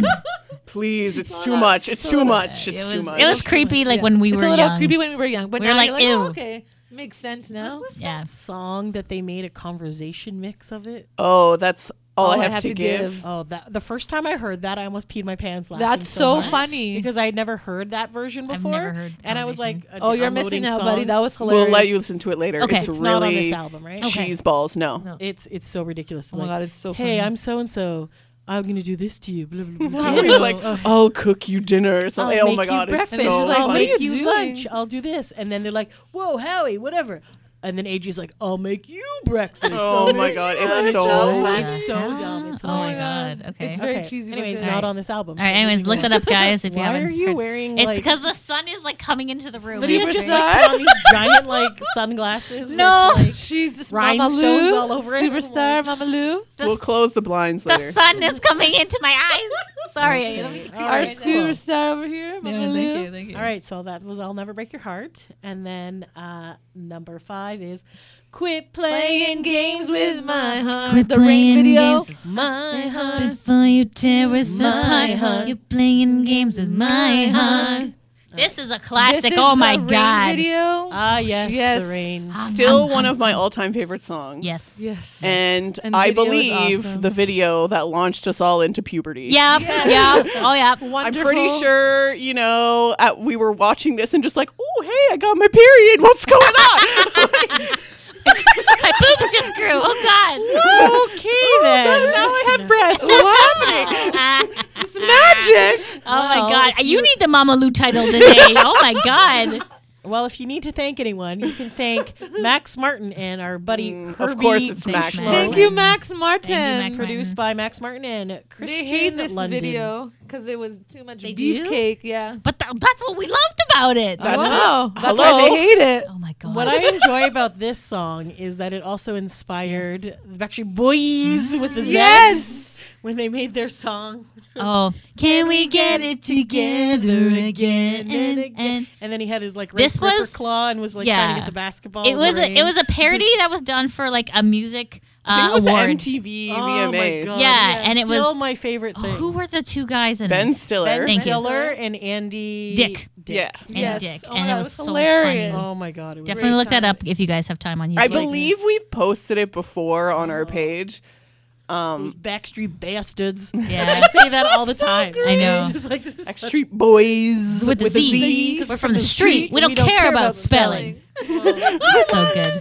god, please, it's too much. It's too much. It's
it
too
was
much."
it was creepy. Like when we
it's
were
a little
young. Oh,
creepy when we were young, but
We
now
were
you're
like,
like, oh,
ew.
okay, makes sense now.
Yeah.
Song that they made a conversation mix of it.
oh, that's all, I, have to, give.
Oh, that the first time I heard that, I almost peed my pants. Laughing
That's
so,
so
hard.
funny.
because I had never heard that version
I've
before.
never heard
and I was like,
Conversation.
oh, you're
downloading
missing out, buddy.
songs.
That was hilarious.
We'll let you [LAUGHS] listen to it later.
Okay.
It's
it's
really
not on this album, right?
Okay.
cheese balls. No,
No.
It's it's so ridiculous.
Oh my god, it's so.
hey,
funny.
I'm so and so. I'm gonna do this to you. Blah, blah,
[LAUGHS]
blah,
[LAUGHS]
blah.
he's like, "I'll cook you dinner." Or something.
I'll
oh
make
my god,
you breakfast.
it's so
She's like,
I'll
what
funny.
are
make
you
you
doing?
lunch. I'll do this, and then they're like, "Whoa, Howie, whatever." And then Adri's like, "I'll make you breakfast."
Oh
I'll
my
make
god,
you
it's
lunch."
Oh, so
funny.
funny.
It's so dumb. It's
oh my
hilarious.
god. Okay.
It's
All
very
Okay.
cheesy, but
Anyways,
good.
not on this album.
right. Anyways, look that up, guys. If you
Why
haven't.
are you
heard-
wearing?
It's
like,
because the sun is like coming into the room.
But you
Leah just
just
like put on these giant like sunglasses.
No.
Oh,
[LAUGHS]
with, like,
she's this Mama
Rhinestones
Lou,
all over it.
superstar Mama Lou.
the,
We'll close the blinds
the
later.
sun is coming into my eyes. Sorry, I don't mean to creep
All
Our
right.
you guys out.
superstar over here, Mama Lou.
Thank you.
all right, so that was "I'll Never Break Your Heart," and then uh, number five is "Quit Playing
Playing games with my heart.
Quit
the ring
playing
video.
games with
My Heart."
Before you tear us
My
apart,
heart.
you're playing games with my heart. This is a classic.
This is
oh
the
my
ring
god.
Video.
Ah, yes,
Yes.
the
[LAUGHS]
rain.
Um,
Still one of my all-time favorite songs.
Yes.
yes.
And,
And
I
video is
believe
awesome.
the video that launched us all into puberty.
Yep. Yep. Oh yep.
I'm
Wonderful.
pretty sure, you know, uh we were watching this and just like, oh, hey, I got my period. What's going on?
[LAUGHS] my boobs just grew. Oh
Okay then.
now I have breasts.
god.
It's magic.
[LAUGHS] Oh my
Well,
god. You need the Mama Lou title today. oh my god.
Well, if you need to thank anyone, you can thank Max Martin and our buddy Herbie.
Of course, it's
Thanks,
Max.
Max.
Martin.
Thank you, Max Martin.
Max Martin.
produced by Max Martin and Christian
They hate this
London.
video because it was too much
They do?
beefcake. Yeah.
But th- that's what we loved about it.
That's
wow.
it.
[LAUGHS] That's
Hello?
why they hate it.
oh my god.
What I enjoy about this song is that it also inspired the Backstreet Boys with the Z
Yes.
when they made their song.
oh. Can we get it together again and and
And then he had his like red
This
gripper
was-
claw and was like trying
yeah.
to get the basketball.
it was a,
ring.
it was a parody that was done for like a music
I
uh,
think it was
award.
MTV
Oh my
VMAs.
God,
Yeah, and it
still
was-
my favorite
Oh,
thing.
who were the two guys in
Ben
it?
Stiller.
Ben
Thank you.
Stiller and Andy
Dick.
Yeah.
and
Yes.
Dick,
Oh my
and
God,
it
it
was
was
so
hilarious.
funny.
Oh my god, it was
Definitely
Great
look that up
times.
if you guys have time on YouTube.
I believe we've posted it before on our page.
those
Um,
Backstreet bastards.
[LAUGHS] Yeah.
I say that all the time.
great. I know.
Just like this is such-
Backstreet Boys
with, the
a
Z.
Z.
We're from the street. We don't, care, about spelling. so good.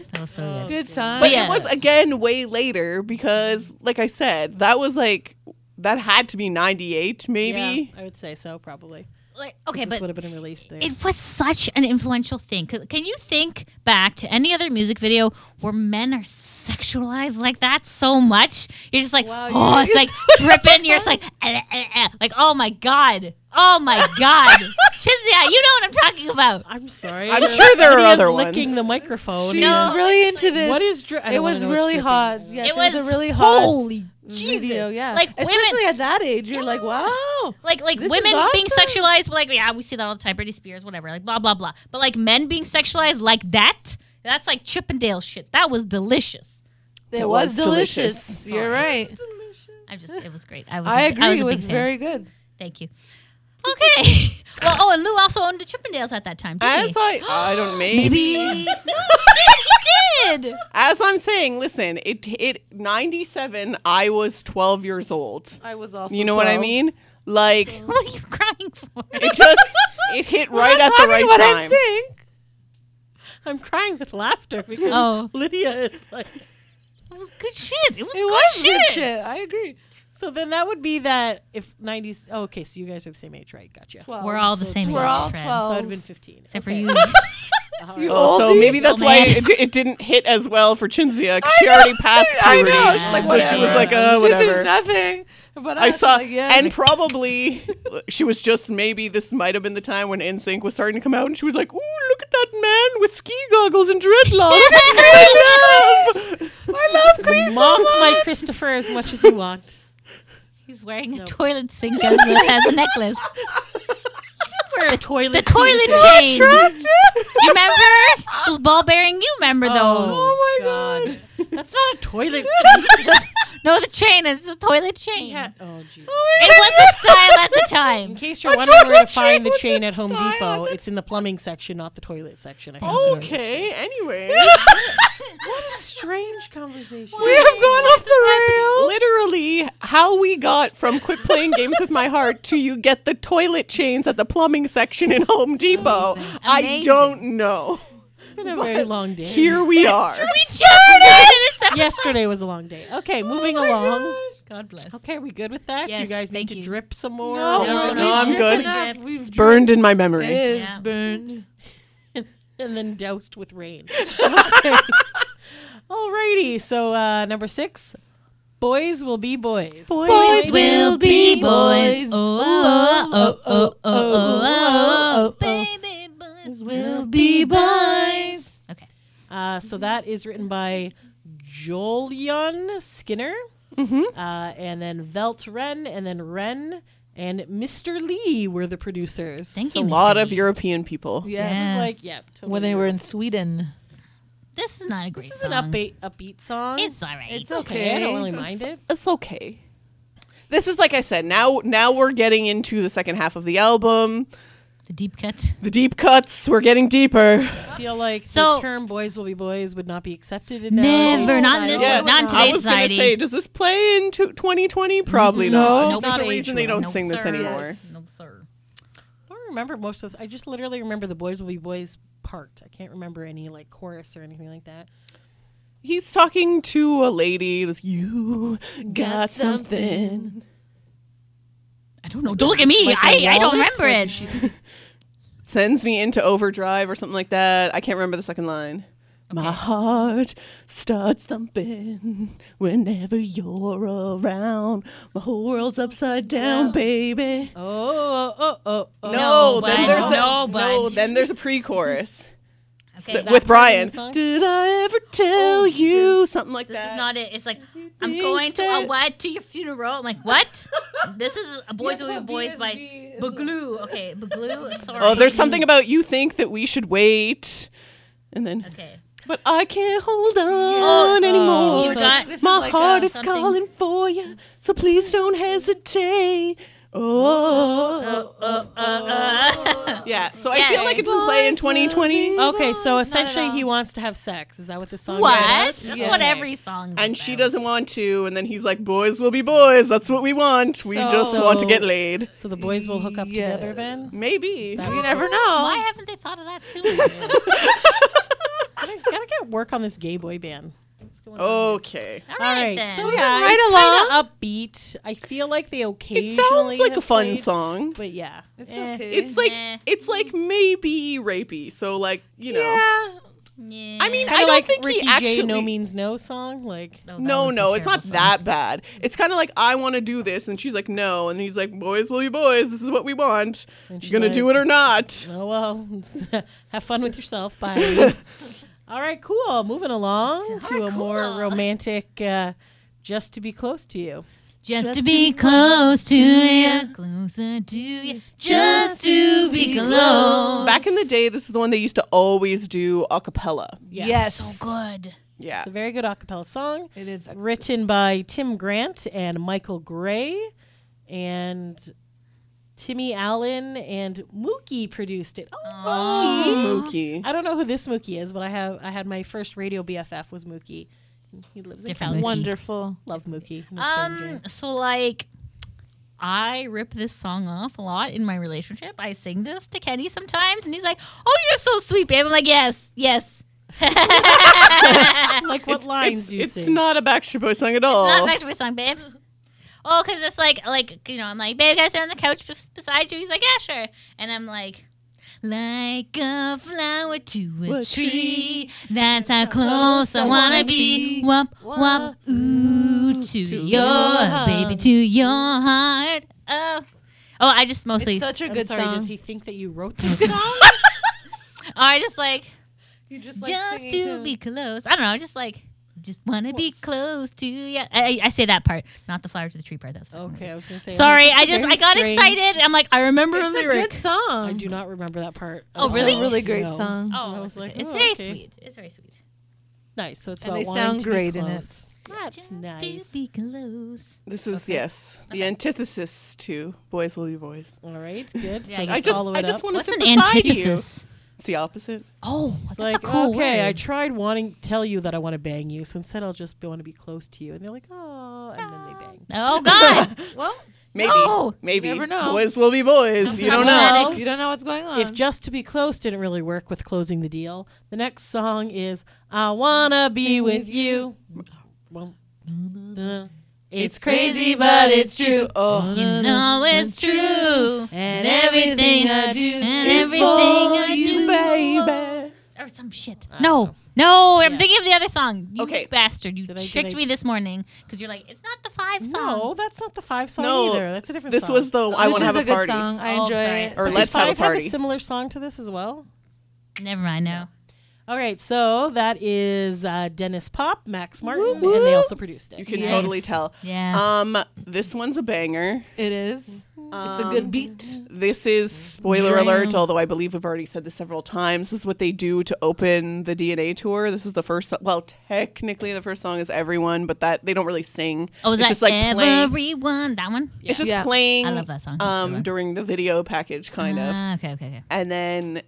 That was so good.
Good time.
But
It
yeah,
was again way later because, like I said, that was like that had to be '98, maybe.
Yeah, I would say so, probably.
like, okay,
This
but
would have been released there.
it was such an influential thing. C- Can you think back to any other music video where men are sexualized like that so much? You're just like,
Wow,
oh,
you-
it's [LAUGHS] like dripping. You're just [LAUGHS] like, eh, eh, eh. like, oh my god, oh my [LAUGHS] god, Chizia, you know what I'm talking about.
I'm sorry.
I'm sure there are
Lydia's
other
licking
ones.
the microphone.
She's
No.
really into this.
What is dri- I
It
don't wanna
was
know what's
really
dripping.
hot. Yes,
It was,
a really hot.
holy Jesus,
video, yeah.
Like
especially
women,
at that age, you're like, wow.
like like
This
women
is
being
awesome.
sexualized like yeah we see that all the time britney spears whatever like blah blah blah but like men being sexualized like that that's like chippendale shit that was delicious
It,
It
was,
was
delicious.
delicious.
You're right.
i just it was great i was
[LAUGHS] I
a bi-
agree.
I was a
it
big
was
fan.
very good.
thank you okay [LAUGHS] well oh and lou also owned the chippendales at that time didn't
As
he?
I, I
[GASPS]
don't maybe.
Did- he
[LAUGHS]
did
As I'm saying, listen, it it 97. I was 12 years old.
I was also.
you know what I mean?
[LAUGHS]
Like
what are you crying for
it just it hit right at the right
what
time.
I'm saying.
I'm crying with laughter because
Oh.
Lydia is like.
[LAUGHS] It was good shit. It was,
It was
good,
good
shit.
shit. I agree.
So then that would be that if 90s. Oh, okay, so you guys are the same age, right? Gotcha. So
We're all the same
We're
age,
all
friend.
I'd have
12.
been 15.
Except for
Okay.
[LAUGHS]
you.
All
You
right.
Oh, so
oldie.
maybe that's
Oh,
why
man.
it, di- it didn't hit as well for Chinzia
[LAUGHS]
because she already passed
I
puberty.
know. She's like,
so she was
whatever.
like, uh,
This
whatever.
is nothing. But
I
[LAUGHS]
was
saw,
like, yes.
and probably uh, she was just maybe this might have been the time when NSYNC was starting to come out, and she was like, "Ooh, look at that man with ski goggles and
[LAUGHS]
dreadlocks! I love, I love Chris. [LAUGHS]
Mom,
[LAUGHS]
my Christopher as much as you want.
He's wearing a toilet
[LAUGHS]
sink as a, as a necklace.
Wear a toilet.
The
seat.
toilet chain. You remember [LAUGHS]
[LAUGHS]
those ball bearing? You remember those?
Oh my
God. That's not a
[LAUGHS]
toilet seat. That's-
No, the chain. It's a toilet chain.
yeah. Oh, jeez.
[LAUGHS] It was the
[LAUGHS]
style at the
In
[LAUGHS] time.
case you're wondering where
toilet
to find
chain
the
with
chain
the
at Home
sign
Depot,
on the-
it's in the plumbing section, not the toilet section. I
Okay,
[LAUGHS]
anyway,
[LAUGHS] Strange conversation.
we have gone off the rails.
literally how we got from quit playing games with my heart to you get the toilet chains at the plumbing section in Home Depot.
Amazing.
I
Amazing.
don't know.
It's been a very long day.
Here we are.
We just started. Yes.
Yesterday was a long day. Okay,
Oh
moving along.
God bless.
Okay, we good with that? Do you
Yes,
guys need
thank
to
you.
drip some more?
No,
Or-
No,
we've
no,
I'm
dripped
good.
enough.
Dripped.
We've
It's burned in my memory.
It is
Yeah.
burned.
and then doused with rain. [LAUGHS] Okay. Alrighty, so uh, number six, boys will be boys.
Boys
will be boys. Oh, oh, oh, oh, oh, oh, oh, [LAUGHS] baby boys will be boys. Okay.
Uh, so that is written by Jolyon Skinner,
Mm-hmm.
uh, and then Velt Wren, and then Wren and Mr. Lee were the producers.
Thank
A
you. Mr.
lot of
Lee.
European people.
Yes.
Yeah.
It's Like, yep. Totally
When they were in Sweden.
This is not a great
This is an
song.
upbeat, upbeat song.
It's all right.
It's
okay. I don't really
okay.
mind it.
It's okay. This is like I said. Now, now we're getting into the second half of the album.
the deep cut.
The deep cuts. We're getting deeper.
I feel like the
So-
term "boys will be boys" would not be accepted in nowadays
Never, not in this-
society.
not in
I
today's
was gonna
society.
say, does this play in to- 2020? Probably not.
Nope.
There's
Not
a reason they
age-related.
don't
No,
sing this
sir.
anymore.
Yes. No sir.
I don't remember most of this. I just literally remember the "boys will be boys" part. I can't remember any like chorus or anything like that.
He's talking to a lady. It was, you got,
Got
something.
I don't know. Don't look at me.
Like
I,
the
I don't
walnuts,
remember
like
it.
Sends me into overdrive or something like that. I can't remember the second line. My heart starts thumping whenever you're around. My whole world's upside down, baby.
Oh, oh, oh, oh.
No,
then
bud.
there's a,
No,
no,
bud.
then there's a pre-chorus
Okay,
So-
that
part
with
of
Brian.
the song?
Did I ever tell you something like
This
that?
is not it. It's like I'm
think
going to a
that-
what to your funeral. I'm like [LAUGHS] what? this is a boys will be boys by Bagloo. Okay,
[LAUGHS]
Bagloo. Sorry.
oh, there's something about you think that we should wait, and then
Okay.
but I can't hold on
Oh,
anymore.
you got-
This is
My
like
heart
a-
is
Uh, something- [LAUGHS]
calling for you, so please don't hesitate. Oh,
Oh, oh, oh, oh.
yeah. So I
Yeah.
feel like it's in play in 2020.
Okay, so
Not at
essentially he
all.
wants to have sex. Is that what the song?
what?
is?
That's what every song. is
and she
about.
doesn't want to and then he's like boys will be boys that's what we want we
So-
just want to get laid
So the boys will hook up
Yeah.
together then.
maybe
You never know.
Why haven't they thought of that sooner?
gotta, gotta get work on this gay boy band.
okay
All
All
right,
right,
then.
so
Moving
yeah,
right
it's kinda upbeat. I feel like they occasionally.
it sounds like a
have
fun
played,
song
but yeah,
It's
Eh.
okay.
it's like
Eh.
it's like maybe rapey so like you know
yeah.
yeah.
i mean
Kinda
i don't
like
think
Ricky
he
Jay
actually
No Means No song. Like
No, that
no,
was a
no, it's not
terrible song.
that bad. It's kind of like I want to do this, and she's like, "No," and he's like, "Boys will be boys. This is what we want.
And
You
she's
gonna
like-
do it or not?"
Oh well, [LAUGHS] have fun with yourself. Bye. All right, cool. Moving along to a more
cool.
romantic, uh, just to be close to you.
Just, to be close to you, closer to you, just to be close.
Back in the day, this is the one they used to always do a cappella.
Yes.
Yes.
so good.
Yeah,
It's a very good acapella song,
It is. a-
written by Tim Grant and Michael Gray, and Timmy Allen and Mookie produced it. Oh, Mookie!
Mookie.
I don't know who this Mookie is, but I have I had my first radio BFF was Mookie. He lives in California.
Different Mookie.
Wonderful.
Love Mookie. Miss Benji.
Um, so Um, like, I rip this song off a lot in my relationship. I sing this to Kenny sometimes, and he's like, "Oh, you're so sweet, babe." I'm like, "Yes, yes." [LAUGHS]
Like what lines
it's,
do you
it's
sing?
not a Backstreet Boy song at all.
Not back to my song, babe. Oh, because it's like, like you know, I'm like, babe, can I sit on the couch bes- beside you? He's like, yeah, sure. And I'm like, like a flower to a
What
tree, that's how close I wanna be. Wop wop, ooh, to your
your
baby, to your heart. Oh, oh, I just mostly,
It's such a
I'm
good
sorry, Does
song.
he think that you wrote this song?
oh, I just like,
You
just to be close. I don't know. I Just like, just wanna be close to you. I, I- I say that part, not the flower to the tree part. That's fucking
okay, I was gonna say.
Sorry,
that's
I just
very
I got
strange.
excited. I'm like, I remember
It's
the
a good
lyrics.
song.
I do not remember that part. at
Oh,
all.
really?
It's a really great
No.
song.
I
Oh,
was
it's okay.
like,
it's
oh,
very
okay.
sweet. It's very sweet.
Nice. So it's
And
about
they
wanting
sound
to be
great in it.
close. That's
Just
nice.
To be close.
This is yes, the antithesis to boys will be boys.
All [LAUGHS] right, good.
Yeah,
so
I
you
I just,
follow
I
it
just
up.
want to
What's
sit
an
beside
antithesis?
you. It's the opposite.
Oh, that's
like,
a cool
okay, I
word.
tried wanting tell you that I want to bang you, so instead I'll just want to be close to you, and they're like, oh, and then they bang.
oh God.
Well,
Maybe,
No!
maybe.
You never know.
Boys will be boys. You don't know.
Problematic.
you don't know what's going on.
If just to be close didn't really work with closing the deal, the next song is I wanna be with you. Well, It's [LAUGHS] crazy, but it's true.
Oh,
you know it's true.
And
everything I do and is everything for I you, do. baby. Or some shit. No. No, I'm thinking of the other song. You
Okay.
bastard. You
I- did
tricked
I-
me this morning because you're like, it's not the five song.
No, that's not the five song
No,
either. That's a different
This
song.
was the I
this
want to
is
have
a,
a
good
party.
song. I
Oh,
enjoy
sorry.
it.
Or
Did
let's have a
five have
party.
a similar song to this as well?
Never mind, no.
All right, so that is uh, Dennis Pop, Max Martin, and they also produced it.
You can
Yes.
totally tell.
Yeah.
Um, this one's a banger.
It is. it's a
Um,
good beat.
This is spoiler
Dream.
alert, although I believe I've already said this several times. This is what they do to open the DNA tour. This is the first. so- Well, technically, the first song is "Everyone," but that they don't really sing.
oh, is
it's
that
just like
everyone?
playing.
That one?
It's just
Yeah.
playing.
I love that song. That's a good
Um,
one.
during the video package, kind of,
Ah, okay, okay, okay.
and then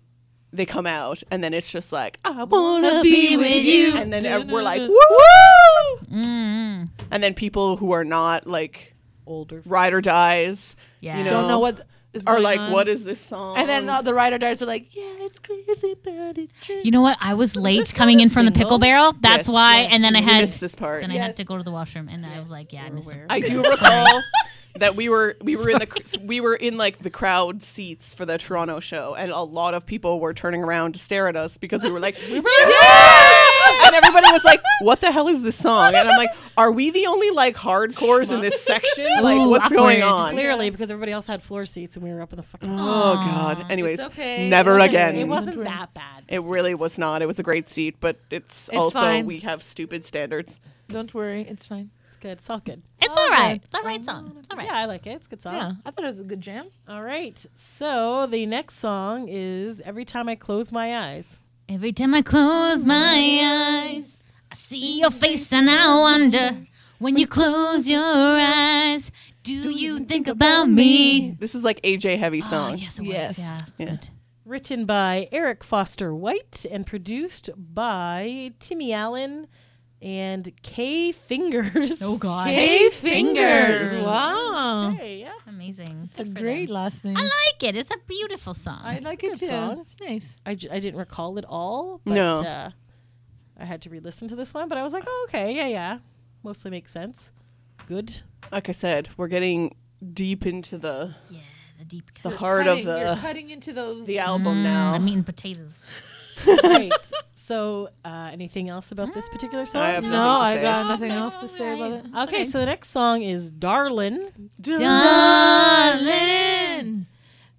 they come out, and then it's just like I wanna be with you, and then ev- we're like woo,
Mm,
and then people who are not like
Older.
ride or dies,
Yeah.
you know,
Don't
Don't know what is
are
going
like
on.
what is this song?
And then all the rider darts are like, yeah, it's crazy, but it's true.
You know what? I was late
this
coming
not a
in from the
single?
pickle barrel. That's
Yes,
why.
yes,
and then I
we
had
missed this part.
then I
Yes.
had to go to the washroom, and I was like, yeah, I missed it.
I do recall that we were we were in the we were in like the crowd seats for the Toronto show, and a lot of people were turning around to stare at us because we were like, "Yeah!" and everybody was like, "What the hell is this song?" And I'm like, "Are we the only like hardcores in this section? Like,
Ooh,
what's going
awkward.
on?"
Clearly, because everybody else had floor seats and we were up in the fucking.
Oh
sun.
God. Anyways,
okay.
never
It wasn't-
again.
It wasn't that bad.
It really was not. It was a great seat, but it's,
It's
also
fine.
we have stupid standards.
Don't worry, it's fine.
It's good. It's all good.
It's all right. It's all right song. It's all right.
Yeah, I like it. It's a good song.
Yeah, I thought it was a good jam.
All right. So the next song is Every Time I Close My Eyes.
Every time I close my eyes, I see your face and I wonder. When you close your eyes, do you think about me?
This is like AJ heavy
Oh,
song.
yes, it was.
Yes.
Yeah, it's
Yeah.
good.
Written by Eric Foster White and produced by Timmy Allen and Kay Fingers.
Oh God.
Hey, fingers.
Fingers.
Wow.
Hey, yeah.
Amazing.
It's a
Good for
great
them.
last name.
I like it. It's a beautiful song.
I like
good
it too.
song.
It's nice.
I, j- I didn't recall it all, but
No.
uh, I had to re listen to this one, but I was like, oh, okay, yeah, yeah. Mostly makes sense. Good.
Like I said, we're getting deep into the
yeah, the deep
the
cut.
heart of the
You're cutting into those.
the album
Mm,
now.
I'm eating potatoes.
Right. so, uh, anything else about this particular song?
I have
no,
nothing to
I
say.
got nothing else to say about it.
Okay, so the next song is Darlin.
Darling,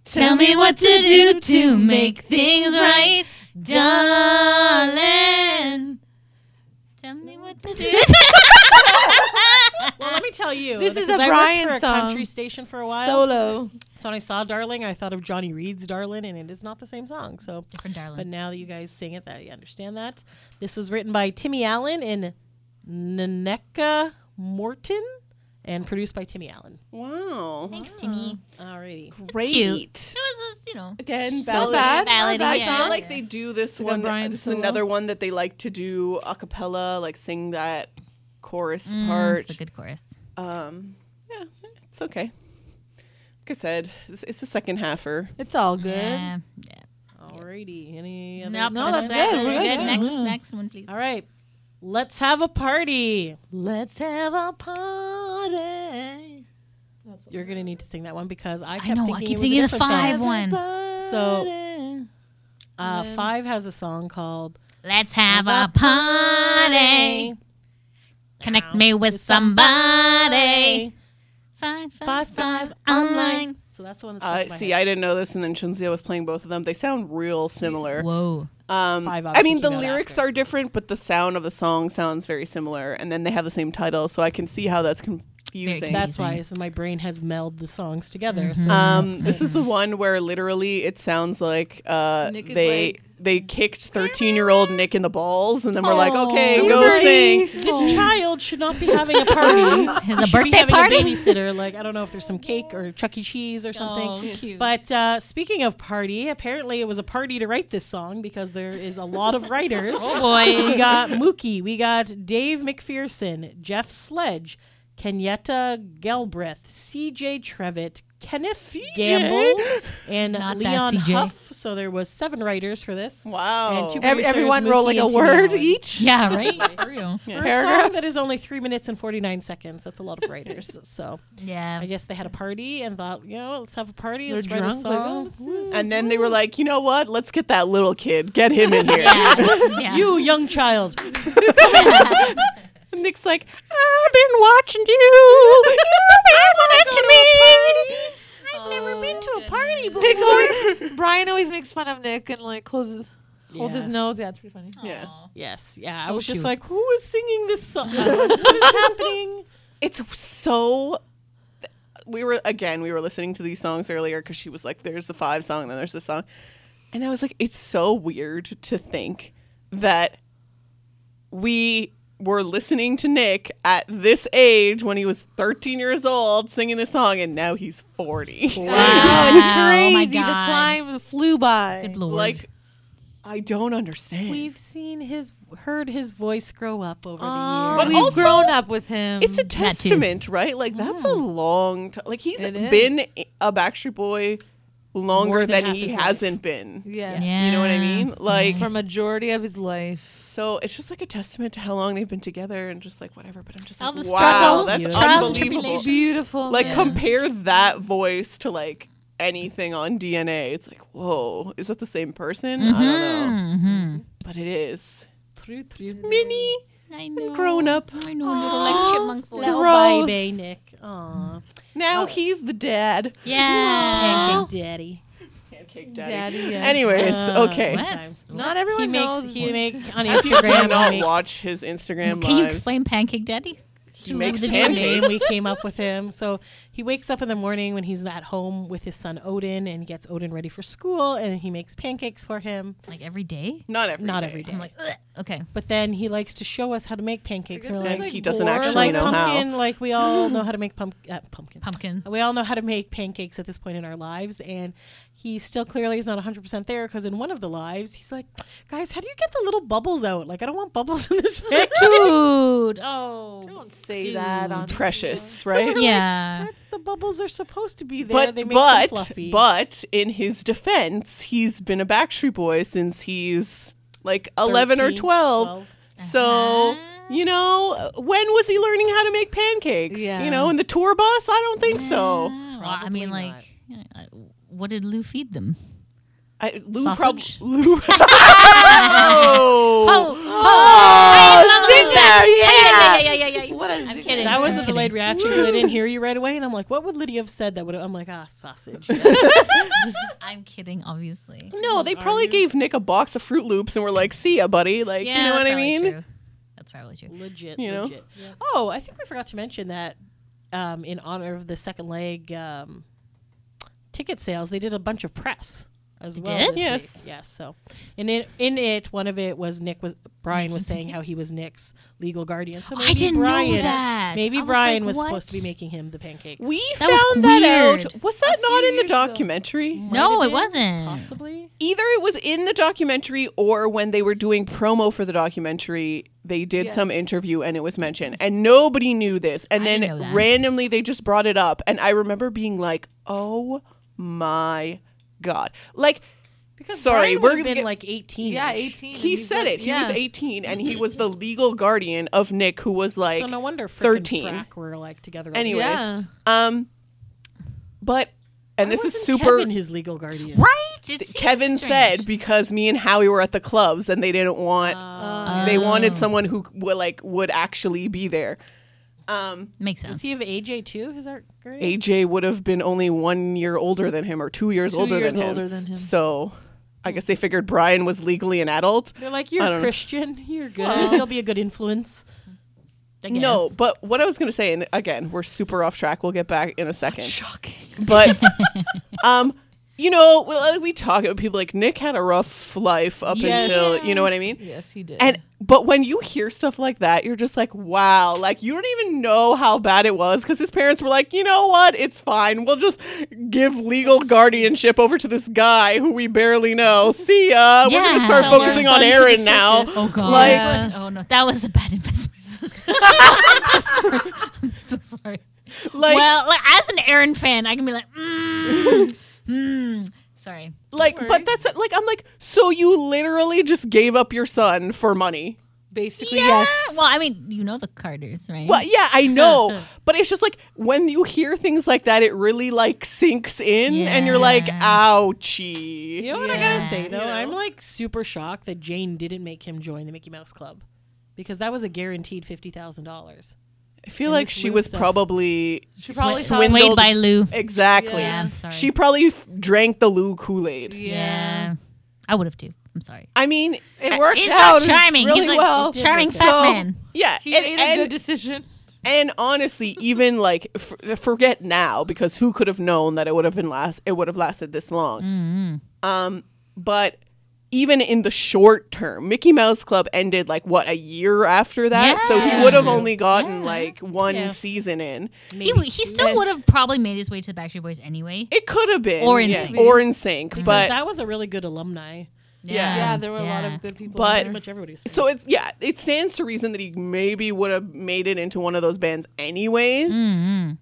tell me what to do to make things right. Darling, tell me what to do.
Well, let me tell you.
This is
because
a
I
Brian
worked for a
song.
country station for a while.
Solo.
so when I saw Darling, I thought of Johnny Reed's Darling, and it is not the same song. So,
Different
but
darling.
now that you guys sing it, that you understand that. This was written by Timmy Allen and Naneka Morton, and produced by Timmy Allen.
Wow.
Thanks, Timmy.
Alrighty.
Great.
Cute. It was, a, you know,
Again,
Not
ballad.
bad.
Ballad,
Not bad
I
yeah.
feel like they do this
Like a
one.
Brian
this is
solo.
another one that they like to do a cappella, like sing that chorus
Mm,
part.
It's a good chorus.
Um, yeah, it's okay. I said, it's, it's a second halfer.
It's all good.
Yeah. yeah.
Alrighty. Any other?
Nope,
No,
that's,
that's
it.
good.
We're
We're
good.
good.
Next,
Yeah.
next one, please.
All right. Let's have a party.
Let's have a party.
You're gonna need to sing that one because I, kept
I know.
Thinking
I
it was
keep
a
thinking the
different song.
five one.
So
Uh, Five has a song called
Let's have a party. Connect me with somebody. Five
Five Five
online.
Online. So that's the one that's
Uh,
stuck in my
see,
head.
I didn't know this, and then Shinzia was playing both of them. They sound real similar.
Whoa.
Um,
Five
I mean,
obviously
the
came out
lyrics
after.
are different, but the sound of the song sounds very similar, and then they have the same title, so I can see how that's confusing.
confusing.
That's why so my brain has melded the songs together.
Mm-hmm.
So
Uh,
Um, this is the one where literally it sounds like uh,
Nick is
they
like-
they kicked thirteen year old Nick in the balls, and then we're like, okay,
Aw.
go
Sorry.
sing.
this child should not be having a
[LAUGHS]
party.
Is it oh. a
Should be
birthday
having
party?
A babysitter. Like I don't know if there's some cake or Chuck E. Cheese or something.
Oh, cute.
But uh, speaking of party, apparently it was a party to write this song because there is a lot of writers.
[LAUGHS] oh
we
boy.
got Mookie, we got Dave McPherson, Jeff Sledge, Kenyetta Galbraith, C.J. Trevitt, Kenneth Gamble, and
Not that
Leon
CJ.
Huff. So there was seven writers for this.
Wow.
And two-
Every,
Producers,
everyone wrote like
Mookie
a
and
word
Tino.
[LAUGHS]
each.
yeah, right. For real.
For a song
Paragraph.
that is only three minutes and 49 seconds. That's a lot of writers. [LAUGHS] so
Yeah.
I guess they had a party and thought, you know, let's have a party.
They're
let's write
drunk.
a
like, oh,
song.
what's this?
and then [LAUGHS] they were like, you know what? Let's get that little kid. Get him in here.
Yeah. yeah.
you, young
[LAUGHS]
child.
And Nick's like, [LAUGHS] I've been watching [LAUGHS] you. You've been watching me.
I've never been to a party before.
Nick always, Brian always makes fun of Nick and like closes, holds
Yeah.
his nose. Yeah, it's pretty [LAUGHS] funny.
Yeah.
Yes. Yeah. I
So
was
cute.
just like, who is singing this
[LAUGHS]
song? I was like, what is happening?
It's so. We were again. We were listening to these songs earlier because she was like, "There's the five song, then there's the song," and I was like, "It's so weird to think that we were listening to Nick at this age when he was 13 years old singing this song, and now he's
[LAUGHS]
40.
I know, it's
Wow, oh my
crazy.
God.
the time flew by.
Good lord.
like, I don't understand.
We've seen his, heard his voice grow up over
Aw,
the
But
years.
Oh, we've
also-
grown up with him.
it's a
too.
testament, right? Like that's a long time. Like he's
It is.
been a Backstreet Boy longer
More
than,
than half
he
his life.
hasn't been.
yes.
Yeah.
You know what I mean? Like
for majority of his life.
so, it's just like a testament to how long they've been together and just like whatever. But I'm just
All
like,
the
wow,
struggles,
that's
the trials,
unbelievable.
tribulations.
Beautiful.
Like
man.
compare that voice to like anything on DNA. It's like, whoa, is that the same person? I don't know,
Mm-hmm.
but it is.
Through, through.
Mini
I know.
grown up.
I know, little like chipmunk voice.
Gross.
Bye, Bay Nick. Aw.
Now he's the dad.
Yeah.
Pancake Daddy.
Pancake
Daddy.
daddy.
yes.
Anyways,
Uh,
okay.
What? Mm,
Sometimes.
Not
He
everyone knows.
makes, he
[LAUGHS]
make on
If you
Instagram. he
cannot
make-
watch his Instagram
Can you
lives,
explain Pancake Daddy?
He makes
the
our
pancakes.
viewers?
name we came up with him so he wakes up in the morning when he's at home with his son odin and gets odin ready for school and he makes pancakes for him
Like every day?
Not every
Not
day.
every day.
I'm like, Ugh. okay.
but then he likes to show us how to make pancakes
I guess
We're
it's
like,
Like, he
like
doesn't
bored.
actually
like
know
pumpkin
how.
like we
[LAUGHS]
all know how to make pump, uh, pumpkin
Pumpkin.
we all know how to make pancakes at this point in our lives and he still clearly is not 100% there because in one of the lives he's like guys how do you get the little bubbles out like i don't want bubbles in this [LAUGHS] pancake
Dude. Oh.
Don't say
Dude.
that on
Precious, right?
Yeah.
[LAUGHS] the bubbles are supposed to be there
But
they make them
but
fluffy
but in his defense, he's been a Backstreet Boy since he's like eleven or
13,
twelve.
12.
So
Uh-huh.
you know, when was he learning how to make pancakes?
Yeah.
You know, in the tour bus? I don't think so.
Yeah, well, I
Probably
mean,
not.
like, uh, what did Lou feed them?
I, Lou prob-
[LAUGHS] Sausage?
Lou. [LAUGHS]
Oh,
oh.
yeah. yeah, yeah, yeah, yeah.
What is
I'm
it?
kidding.
That was
I'm
a
kidding.
delayed reaction 'cause I didn't hear you right away, and I'm like, "What would Lydia have said?" That would I'm like, "Ah,
[LAUGHS]
sausage."
I'm kidding, obviously.
No, they probably gave Nick a box of Fruit Loops and were like, "See ya, buddy." Like,
Yeah,
you know
that's
what I
probably
mean?
True. That's probably true.
legit,
You know?
legit. Oh, I think we forgot to mention that um, in honor of the second leg um, ticket sales, they did a bunch of press as
They
well.
did?
this week.
Yes.
yes. So, in it, in it, one of it was Nick was Brian was saying how he was Nick's legal guardian. So
Oh, I
maybe
didn't know
Brian,
that. I
Maybe
was
Brian
like,
was
what?
supposed to be making him the pancakes.
We
That was
found that
weird.
out. Was that
A
not
few
in the
years ago.
documentary?
No,
Might
it
have been,
wasn't.
possibly.
Either it was in the documentary or when they were doing promo for the documentary, they did some
Yes.
interview and it was mentioned. And nobody knew this. And
I didn't know
then
that.
randomly they just brought it up. And I remember being like, oh my god. Like
Because
Sorry, we're
Brian would've
gonna
been
get-
like eighteen.
Yeah, 18. and
he
he's
said
like-
it. He
yeah.
was 18 and he was the legal guardian of Nick who was like
So no wonder thirteen.
13.
Frack were like together.
Anyways,
Yeah.
um but and
Why
this is
wasn't
super
Kevin his legal guardian.
Right? It seems
Kevin
strange.
said because me and Howie were at the clubs and they didn't want
Oh.
they wanted someone who would like would actually be there.
Makes sense.
Does he have AJ too? Is that great?
AJ would have been only one year older than him or two years
Two
older
years
than him.
older than him.
So I guess they figured Brian was legally an adult.
They're like,
I
you're
don't
a
know.
Christian. [LAUGHS] You're good. You'll be a good influence.
I
No,
guess.
but what I was going to say, and again, we're super off track. We'll get back in a second.
Shocking. [LAUGHS]
But, um, you know, we, like, we talk about people like Nick had a rough life up
Yes.
until, you know what I mean?
Yes, he did.
And but when you hear stuff like that, you're just like, wow, like you don't even know how bad it was because his parents were like, you know what, it's fine. We'll just give legal guardianship over to this guy who we barely know. See ya. We're gonna
Yeah.
start
Sell our
focusing on
son to the
Aaron
[LAUGHS]
now.
circus.
Oh god.
Like-
Yeah.
oh no, that was a bad investment. [LAUGHS] I'm sorry. I'm so sorry.
Like,
well, like, as an Aaron fan, I can be like,
[LAUGHS]
mm, mm. sorry.
like, but that's what- like, I'm like, so you literally just gave up your son for money.
basically, yes.
Ah, Well, I mean, you know the Carters, right?
Well, yeah, I
[LAUGHS]
know, but it's just like when you hear things like that, it really like sinks in, and you're like, ouchie.
[LAUGHS] You know what I gotta say
Yeah.
though?
You know?
I'm like super shocked that Jane didn't make him join the Mickey Mouse Club because that was a guaranteed fifty thousand dollars.
I feel
And
like
this
she
Lou
was
stuff.
probably
She probably
Swi-
thought-
swindled-
Swayed by Lou.
exactly.
Yeah,
I'm sorry.
She probably f- drank the Lou Kool Aid.
Yeah. I would have too. I'm sorry.
I mean,
It worked
He's
out
like charming.
really
He's like
well.
charming
So-
fat man.
yeah,
He
and,
made a
and-
good decision.
and honestly, even like f- forget now because who could have known that it would have been last? It would have lasted this long.
Mm-hmm.
Um, but even in the short term, Mickey Mouse Club ended like what a year after that, so he
Yeah.
would have only gotten like one
Yeah.
season in.
He, w- he still would have probably made his way to the Backstreet Boys anyway.
It could have been
Or in
yeah,
sync. Mm-hmm.
or in sync, but
that was a really good alumni.
Yeah.
Yeah, there were a lot
yeah.
of good people.
But-
Pretty
there.
much everybody's.
So it's yeah, it stands to reason that he maybe would have made it into one of those bands anyways.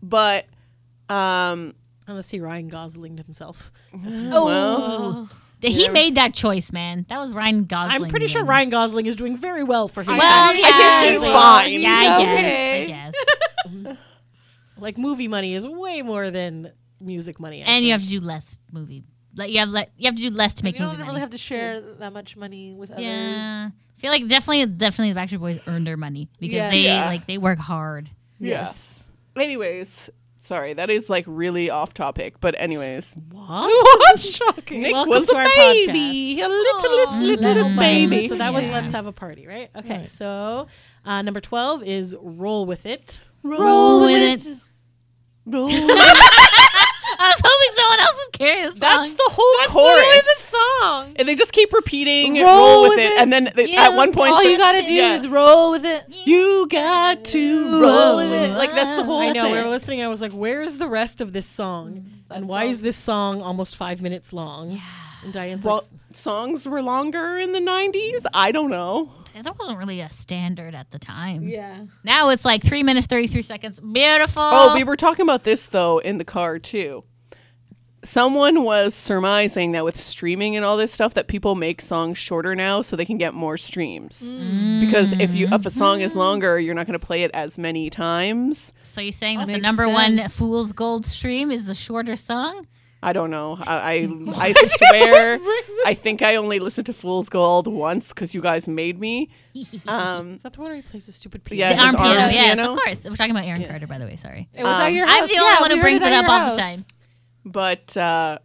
But um
unless he Ryan Goslinged himself.
Oh, Th- he made that choice, man. That was Ryan Gosling.
I'm pretty sure
man.
Ryan Gosling is doing very well for his
Well,
think
yeah,
he's
well,
fine.
Yeah, I
He's okay.
guess. I guess.
like movie money is way more than music money. I
and you
think.
have to do less movie. Like you have, le- you have to do less to make
you don't
movie
really
money.
have to share that much money with others. [LAUGHS]
yeah, I feel like definitely, definitely the Backstreet Boys earned their money because
Yeah.
they
Yeah.
like they work hard.
yes. Anyways, sorry, that is like really off topic, but anyways,
Huh?
Shocking.
Nick
Welcome
was
to
a
our
baby, a littlest,
Little
littlest
my-
baby.
So that was
Yeah.
Let's Have a Party, right? Okay, so uh, number 12 is Roll With It.
Roll with it.
That's
I was hoping someone else would carry the song.
the whole
That's literally
chorus.
the song.
and they just keep repeating roll,
Roll
with
with
it,
it.
and then they,
Yeah,
at one point
All you
they-
gotta do
yeah.
is roll with it.
you got to roll with it. Mm, Like that's the whole
I know.
thing.
We were listening. I was like, "Where is the rest of this song? and why is this song almost five minutes long?" And Diane's
Well,
like,
songs were longer in the 90s. I don't know.
that wasn't really a standard at the time.
Yeah.
Now it's like three minutes thirty three seconds. Beautiful.
Uh,
Oh, we were talking about this, though, in the car, too. Someone was surmising that with streaming and all this stuff, that people make songs shorter now so they can get more streams.
Mm.
Because if you if a song is longer, you're not going to play it as many times.
So you're saying that the
Makes
number one
sense.
Fool's Gold stream is the shorter song?
I don't know.
[LAUGHS]
I I, I swear, I think I only listened to Fool's Gold once because you guys made me.
[LAUGHS]
Um,
"Is that the one where he plays the stupid
Yeah,
The
piano?"
his
arm
arm
piano, yes,
piano?
of course. We're talking about Aaron Carter, by the way. Sorry,
It was at your house.
Um, I'm the
Yeah,
only one
we
who
heard
brings
at
it up
your
all the
house.
time.
but uh,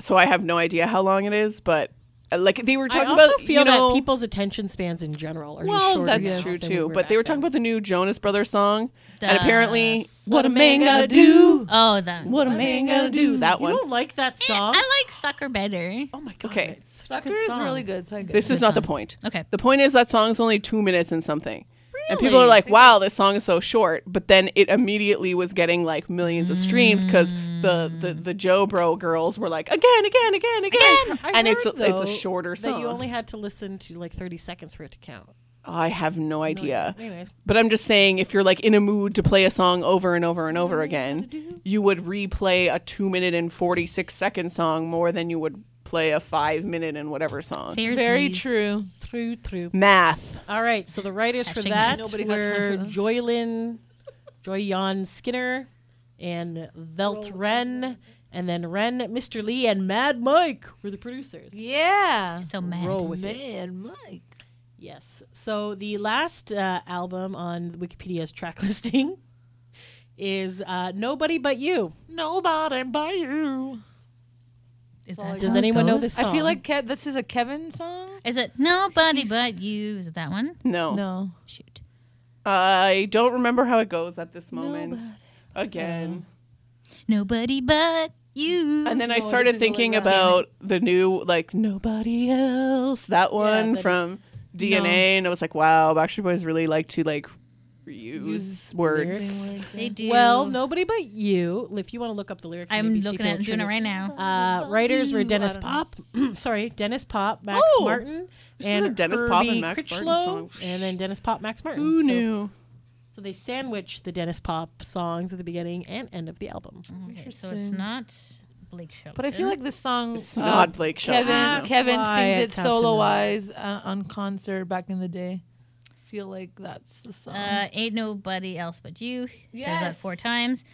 so I have no idea how long it is. But uh, like they were
I
talking
also
about,
feel
you know,
that people's attention spans in general are just
Well,
shorter
that's
now
true
than
too.
we
but they were
back
talking about the new Jonas Brothers song, and apparently,
Does
what a man gotta
gotta
do,
Oh, the
what a man gotta do. That
then.
one.
You don't like that
Eh,
song?
I like Sucker better.
oh my god!
Okay.
it's such a
Sucker
good
is
song.
really good. So I guess.
This is not the point.
Okay.
The point is that song's only two minutes and something. And people are like, "Wow, this song is so short," but then it immediately was getting like millions of streams because the, the the Joe Bro girls were like, "Again, again, again, again,",
[LAUGHS] I
and
heard,
it's a, it's
though,
a shorter song.
That you only had to listen to like 30 seconds for it to count.
I have no idea.
Anyways,
But I'm just saying, if you're like in a mood to play a song over and over and over again, you would replay a two minute and 46 second song more than you would play a five minute and whatever song.
Fairsies.
Very true.
through, through.
Math.
All right, so the writers for
Hashtag
that
nobody got time
were
for that.
Joylyn, Joyan Skinner, and Velt Wren, and then Wren, Mr. Lee, and Mad Mike were the producers.
Yeah.
So mad.
Roll with it.
Man, Mike.
Yes. So the last uh, album on Wikipedia's track [LAUGHS] listing is uh, Nobody But You.
Nobody but you.
Is that
Does
how it
anyone know
goes?
this song?
I feel like Ke- this is a Kevin song.
Is it nobody but you? Is it that one?
No.
No.
Shoot.
I don't remember how it goes at this moment. Again.
Nobody but you.
And then I
No, it
started
doesn't go like
thinking
that.
about the new, like, Nobody Else, that one
that-
from DNA. And I was like, wow, Backstreet Boys really like to, like, reuse words.
they do.
Well, Nobody But You. If you want to look up the lyrics,
I'm
maybe see
looking
if it'll
at I'm doing it
trigger-
right now.
Uh, writers were
Ew,
Dennis
I
Pop, [CLEARS THROAT] sorry, Dennis Pop, Max
Oh,
Martin,
this is
and
a Dennis Pop and
Herbie
Max Martin
Critchlow,
song.
and then Dennis Pop, Max Martin.
Who
So-
knew?
So, they sandwiched the Dennis Pop songs at the beginning and end of the album.
Okay, so it's not Blake Shelton.
But I feel like this song. uh,
It's not Blake Shelton.
Kevin
That's
Kevin
why
sings
it
it
sounds
solo wise uh, on concert back in the day. Feel like that's the song.
uh, ain't nobody else but you. Says that
Yes.
four times.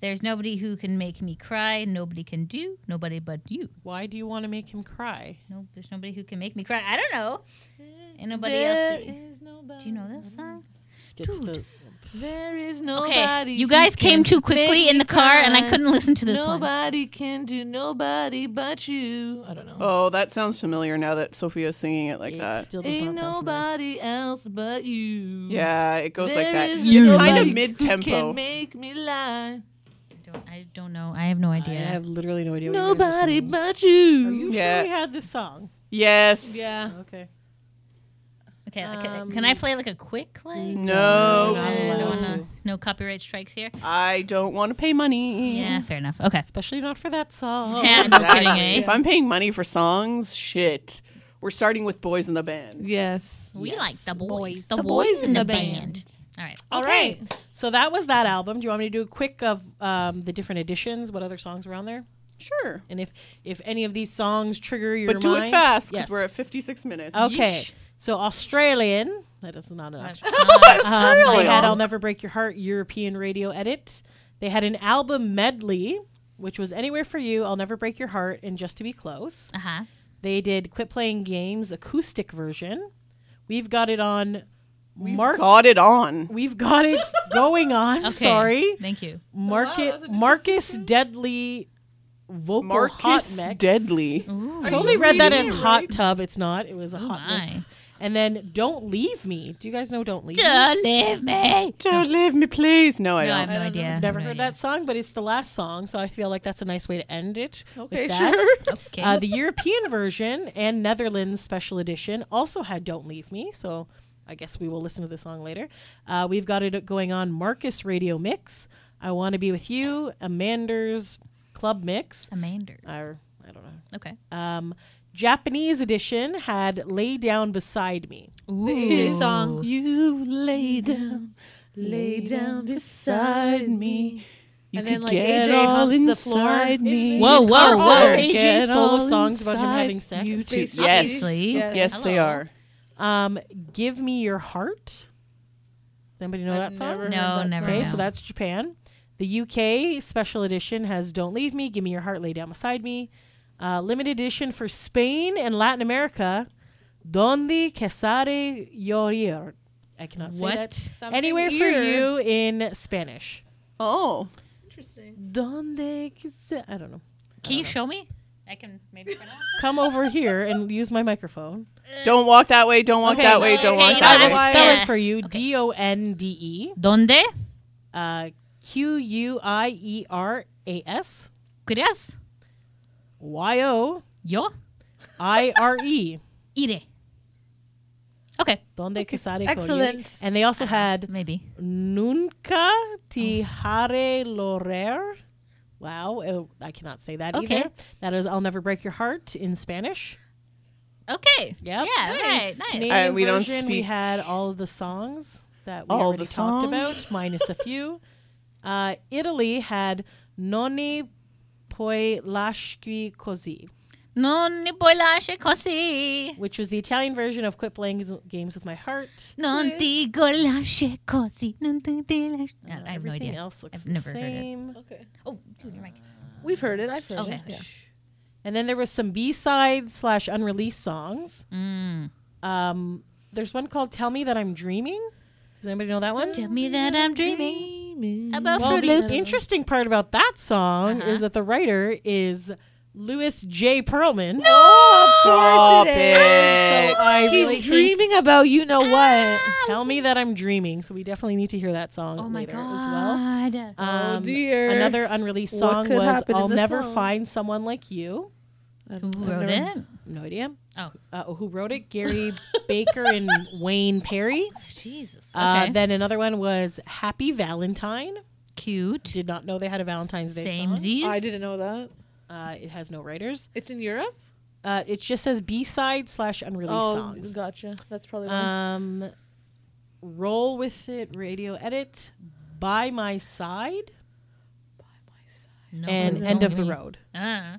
There's nobody who can make me cry. Nobody can do. Nobody but you.
Why do you want to make him cry?
No, there's nobody who can make me cry. I don't know. Ain't nobody
There
else. who-
is
Do you know this song?
Gets the-
There is nobody.
Okay, you
who
guys
can
came too
make
quickly in
me
the car, and I
cry.
couldn't listen to this one.
Nobody can do nobody but you. I don't know.
Oh, that sounds familiar now that Sophia's singing it like
it
that.
still does
Ain't
not sound familiar.
nobody else but you.
Yeah, it goes like
There
that.
is
It's kind
nobody
of
who
mid
Can
tempo.
make me lie.
I don't, I don't know. I have no
I
idea.
have literally no idea. What you guys are
Nobody
singing.
but
Are
you.
you
Yeah.
sure we had this song?
Yes.
Yeah.
Okay.
Okay, like, uh,
Um,
can I play like a quick like?
Mm, Oh, No,
No,
I
not
don't
allowed
wanna-
to.
no copyright strikes here.
I don't want to pay money.
Yeah, fair enough. Okay.
Especially not for that song.
Yeah, no kidding,
Exactly.
eh?
If I'm paying money for songs, shit. We're starting with Boys in the Band.
Yes.
We
Yes,
like the
boys.
boys. The,
The
boys,
boys
in
in
the
the
band. All right.
All right. So that was that album. Do you want me to do a quick of um, the different editions? What other songs were on there?
Sure.
And if if any of these songs trigger your
But do it
mind-
fast because
Yes.
we're at 56 minutes.
Oh.
okay.
Yeesh.
So Australian. That is not an
That's
option.
not-
Um, they had
Australian.
"I'll Never Break Your Heart" European radio edit. They had an album medley, which was "Anywhere for You," "I'll Never Break Your Heart," and "Just to Be Close."
[LAUGHS] uh-huh.
They did "Quit Playing Games" acoustic version. We've got it on.
We've
mark-
got it on.
We've
[LAUGHS]
got it going on.
Okay.
Sorry.
Thank you.
Marcus Marcus Deadly vocal hot
Marcus
Mm.
mix.
Deadly.
Ooh.
I totally read that as
reading it
hot
right?
tub. It's not. It was a hot
my.
mix. And then don't leave me. Do you guys know don't leave? Me?
Don't leave me.
Don't leave me, please. No, I
No, I have
don't.
no idea. I
I've
have
never
no
heard
idea.
that song, but it's the last song, so I feel like that's a nice way to end it. with
Okay,
that. [LAUGHS]
sure.
Okay.
Uh, the European version and Netherlands special edition also had "Don't Leave Me," so I guess we will listen to the song later. Uh, we've got it going on Marcus Radio Mix. I want to be with you, Amanda's Club Mix.
Amanders.
Or I don't know.
okay.
Um, Japanese edition had "Lay Down Beside Me."
Ooh. song. You lay down, lay down beside me.
You
And then,
could
like,
get
AJ
all
humps the floor.
inside me.
Whoa, whoa,
Carl
whoa.
Sagan. AJ
Get
solo
all
songs about him
inside
having sex.
you
They
too.
suck.
Yes.
Obviously.
Yes.
Yes, they
Hello.
are.
Um, "Give Me Your Heart." Does anybody know that song?
No, never
Okay,
heard
so
that.
that's Japan. The UK special edition has "Don't Leave Me," "Give Me Your Heart," "Lay Down Beside Me." Uh, limited edition for Spain and Latin America, "Donde Casare Llorir." I cannot say
What?
that.
Something
Anywhere for
ear.
you in Spanish.
Oh.
Interesting.
Donde casa- I don't know.
Can you show me? I can maybe pronounce.
Come over here and use my microphone.
Don't walk that way. Don't walk
Okay,
that way. Don't
okay,
walk
you
that way.
know,
I will
Why-
spell
Yeah.
it for you.
Okay.
D O N D E
[LAUGHS] Donde?
uh, Q U I E R A S
Creas?
Y O
Yo?
I R E.
Ire. Okay.
Donde Casare con
Excellent.
you. And they also had
Maybe.
Nunca te haré lorer. Wow, oh, I cannot say that
Okay.
either. That is I'll Never Break Your Heart in Spanish.
Okay.
Yep.
Yeah. Right. Nice.
Canadian
Uh, we don't
version, We
speak-
had all of the songs that we
All
already
the
talked
songs. [LAUGHS]
about, minus a few. Uh, Italy had Nonni poi lasci così,
Non ne puoi lasciare così.
which was the Italian version of "Quit Playing Games- Games with My Heart."
Non ti go lasciare così. Non ti ti lasci-
Uh,
I have no
everything
idea.
else looks
I've
the
never heard it.
same.
Okay.
Oh, dude, you're right.
We've heard it. I've heard
Okay.
it. Yeah.
And then there was some B-side slash unreleased songs.
Mm.
Um, there's one called "Tell Me That I'm Dreaming." Does anybody know that one?
Tell me that I'm dreaming about
Well,
Fruit
the
Loops.
interesting part about that song
Uh-huh.
is that the writer is Louis J. Perlman.
Oh,
Stop it.
I
He's
really think-
dreaming about you know
Ah!
what.
Tell me that I'm dreaming. So we definitely need to hear that song
Oh my
later
god.
as well. Um,
Oh, dear.
Another unreleased
What
song
could
was
happen in
"I'll
the
Never
song?
Find Someone Like You."
Who wrote
never-
it?
No idea.
Oh,
Uh, who wrote it? Gary [LAUGHS] Baker and Wayne Perry.
Jesus.
Uh,
Okay.
Then another one was "Happy Valentine."
Cute.
Did not know they had a Valentine's Day song.
Samesies.
I didn't know that.
Uh, it has no writers.
It's in Europe. Oh,
Uh, it just says B-side slash unreleased
Oh,
songs.
gotcha. That's probably why.
Um, roll with it. Radio edit. By my side
No,
and
no,
end of the
me.
road.
Ah.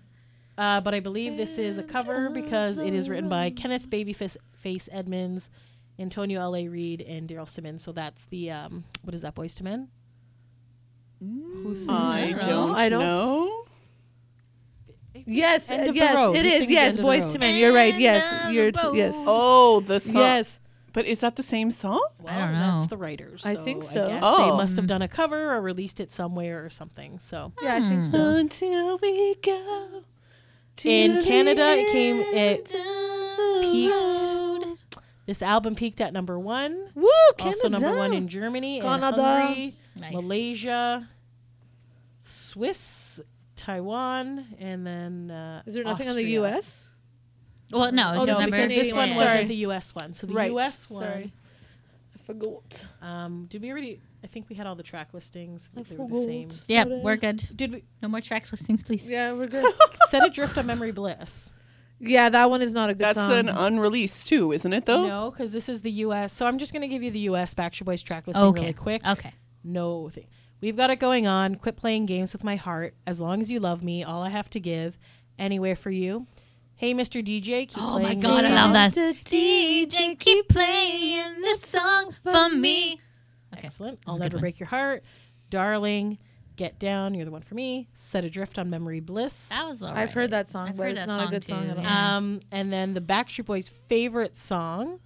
Uh, but I believe this is a cover because it is written by Kenneth Babyface Face Edmonds, Antonio L.A. Reid, and Daryl Simmons. So that's the, um, what is that, Boys to Men?
I
I
don't
I don't-
know.
yes,
End
uh,
of the
yes,
road.
it
He
is.
sings End
Yes,
of the
boys
Road.
to men. You're right.
End
Yes,
of
you're
the
t- yes,
road.
Oh, the song.
yes.
But is that the same song?
Well,
don't know.
That's the writers.
I think so.
guess They
Oh.
must have done a cover or released it somewhere or something. So
Yeah, I think so.
Until we go.
in Canada, it came. It
Peaked.
this album peaked at number one.
Woo, Canada.
also number one in Germany,
Canada.
and Hungary,
Nice.
Malaysia, Swiss, Taiwan, and then uh,
Is there nothing on the
Austria.
U.S.?
Well, no,
Oh,
it
no,
doesn't
Because
matter.
this
Canadian
one
one. Sorry.
wasn't the U.S. one, so the U.S. one.
Sorry. I forgot.
Um, did we already? I think we had all the track listings.
I
They were the same.
forgot.
Yeah,
Sorry.
we're good.
Did we
No more track listings, please.
Yeah, we're good.
set adrift on memory
[LAUGHS]
bliss?
yeah, that one is not a good
That's
song.
an unreleased too, isn't it though?
No, because this is the U.S. So I'm just going to give you the U.S. Backstreet Boys track listing
Okay.
really quick.
Okay.
no thing. We've got it going on. Quit playing games with my heart. As long as you love me, all I have to give. Anywhere for you. Hey, Mr. DJ. Keep
Oh
playing
my
this
god, I
song.
love that.
Mr.
DJ, keep playing this song for me. Okay.
Excellent.
a
I'll
good
never
one.
break your heart, darling. Get down. You're the one for me. Set adrift on memory bliss.
That was all right.
I've heard that song, but it's not a good song at all.
Oh, yeah.
Um, and then the Backstreet Boys' favorite song.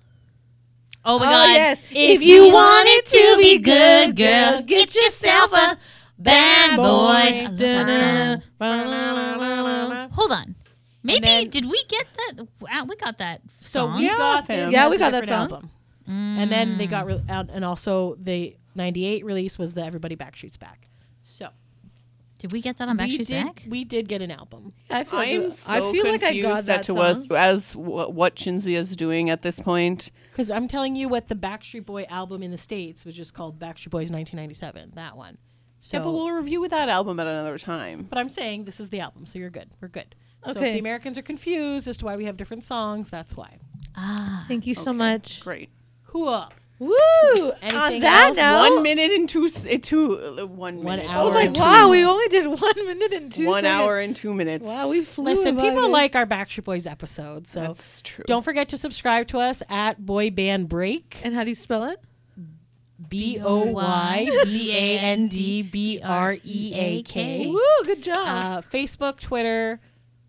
oh my
oh
god.
yes.
If
If,
you
you want it to be good, girl, get yourself a
bad boy. I love that
Da-na-na,
song.
ba-na-na-na-na.
Hold on. Maybe
then-
did we get that? Wow, we got that
So
song.
we
Yeah,
got
fam.
this
Yeah,
as
we
a
got that
different
song. Mm.
album. And then they got re- out, and also the '98 release was the Everybody Backstreet's Back. So
did we get that on
we
Backstreet's
did,
Back?
we did get an album.
I feel,
I'm
good.
so
I feel like
confused
I got that
as to
song.
was, as w- what Chinzia is doing at this point.
Because I'm telling you what the Backstreet Boy album in the States was just called Backstreet Boys 1997, that one. So,
yeah, but we'll review that album at another time.
but I'm saying this is the album, so you're good. We're good. So if
Okay.
the Americans are confused as to why we have different songs, that's why.
Ah,
Thank you so much.
Great.
Cool.
Woo!
Anything
On
else?
that note,
One minute and two, s- uh, two uh, one
One
minute.
hour
I was
and
like,
two
wow, we only did one minute and two.
one
seconds.
hour and two minutes.
Wow, we flew.
Listen,
by
people
it.
like our Backstreet Boys episodes, so
That's true.
don't forget to subscribe to us at Boy Band Break.
And how do you spell it?
B O Y B A N D B R E A K.
Woo! Good job.
Uh, Facebook, Twitter,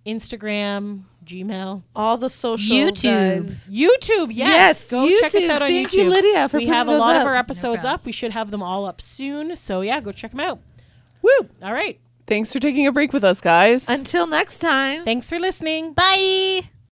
Instagram, Gmail.
All the socials.
YouTube.
guys.
YouTube, yes.
Yes,
Go check us
YouTube.
out on
Thank
YouTube.
you, Lydia, for
we have
putting
a lot
those
of our
up.
episodes
problem.
up. We should have them all up soon. So yeah, go check them out. Woo! All right.
Thanks for taking a break with us, guys.
Until next time.
Thanks for listening.
bye.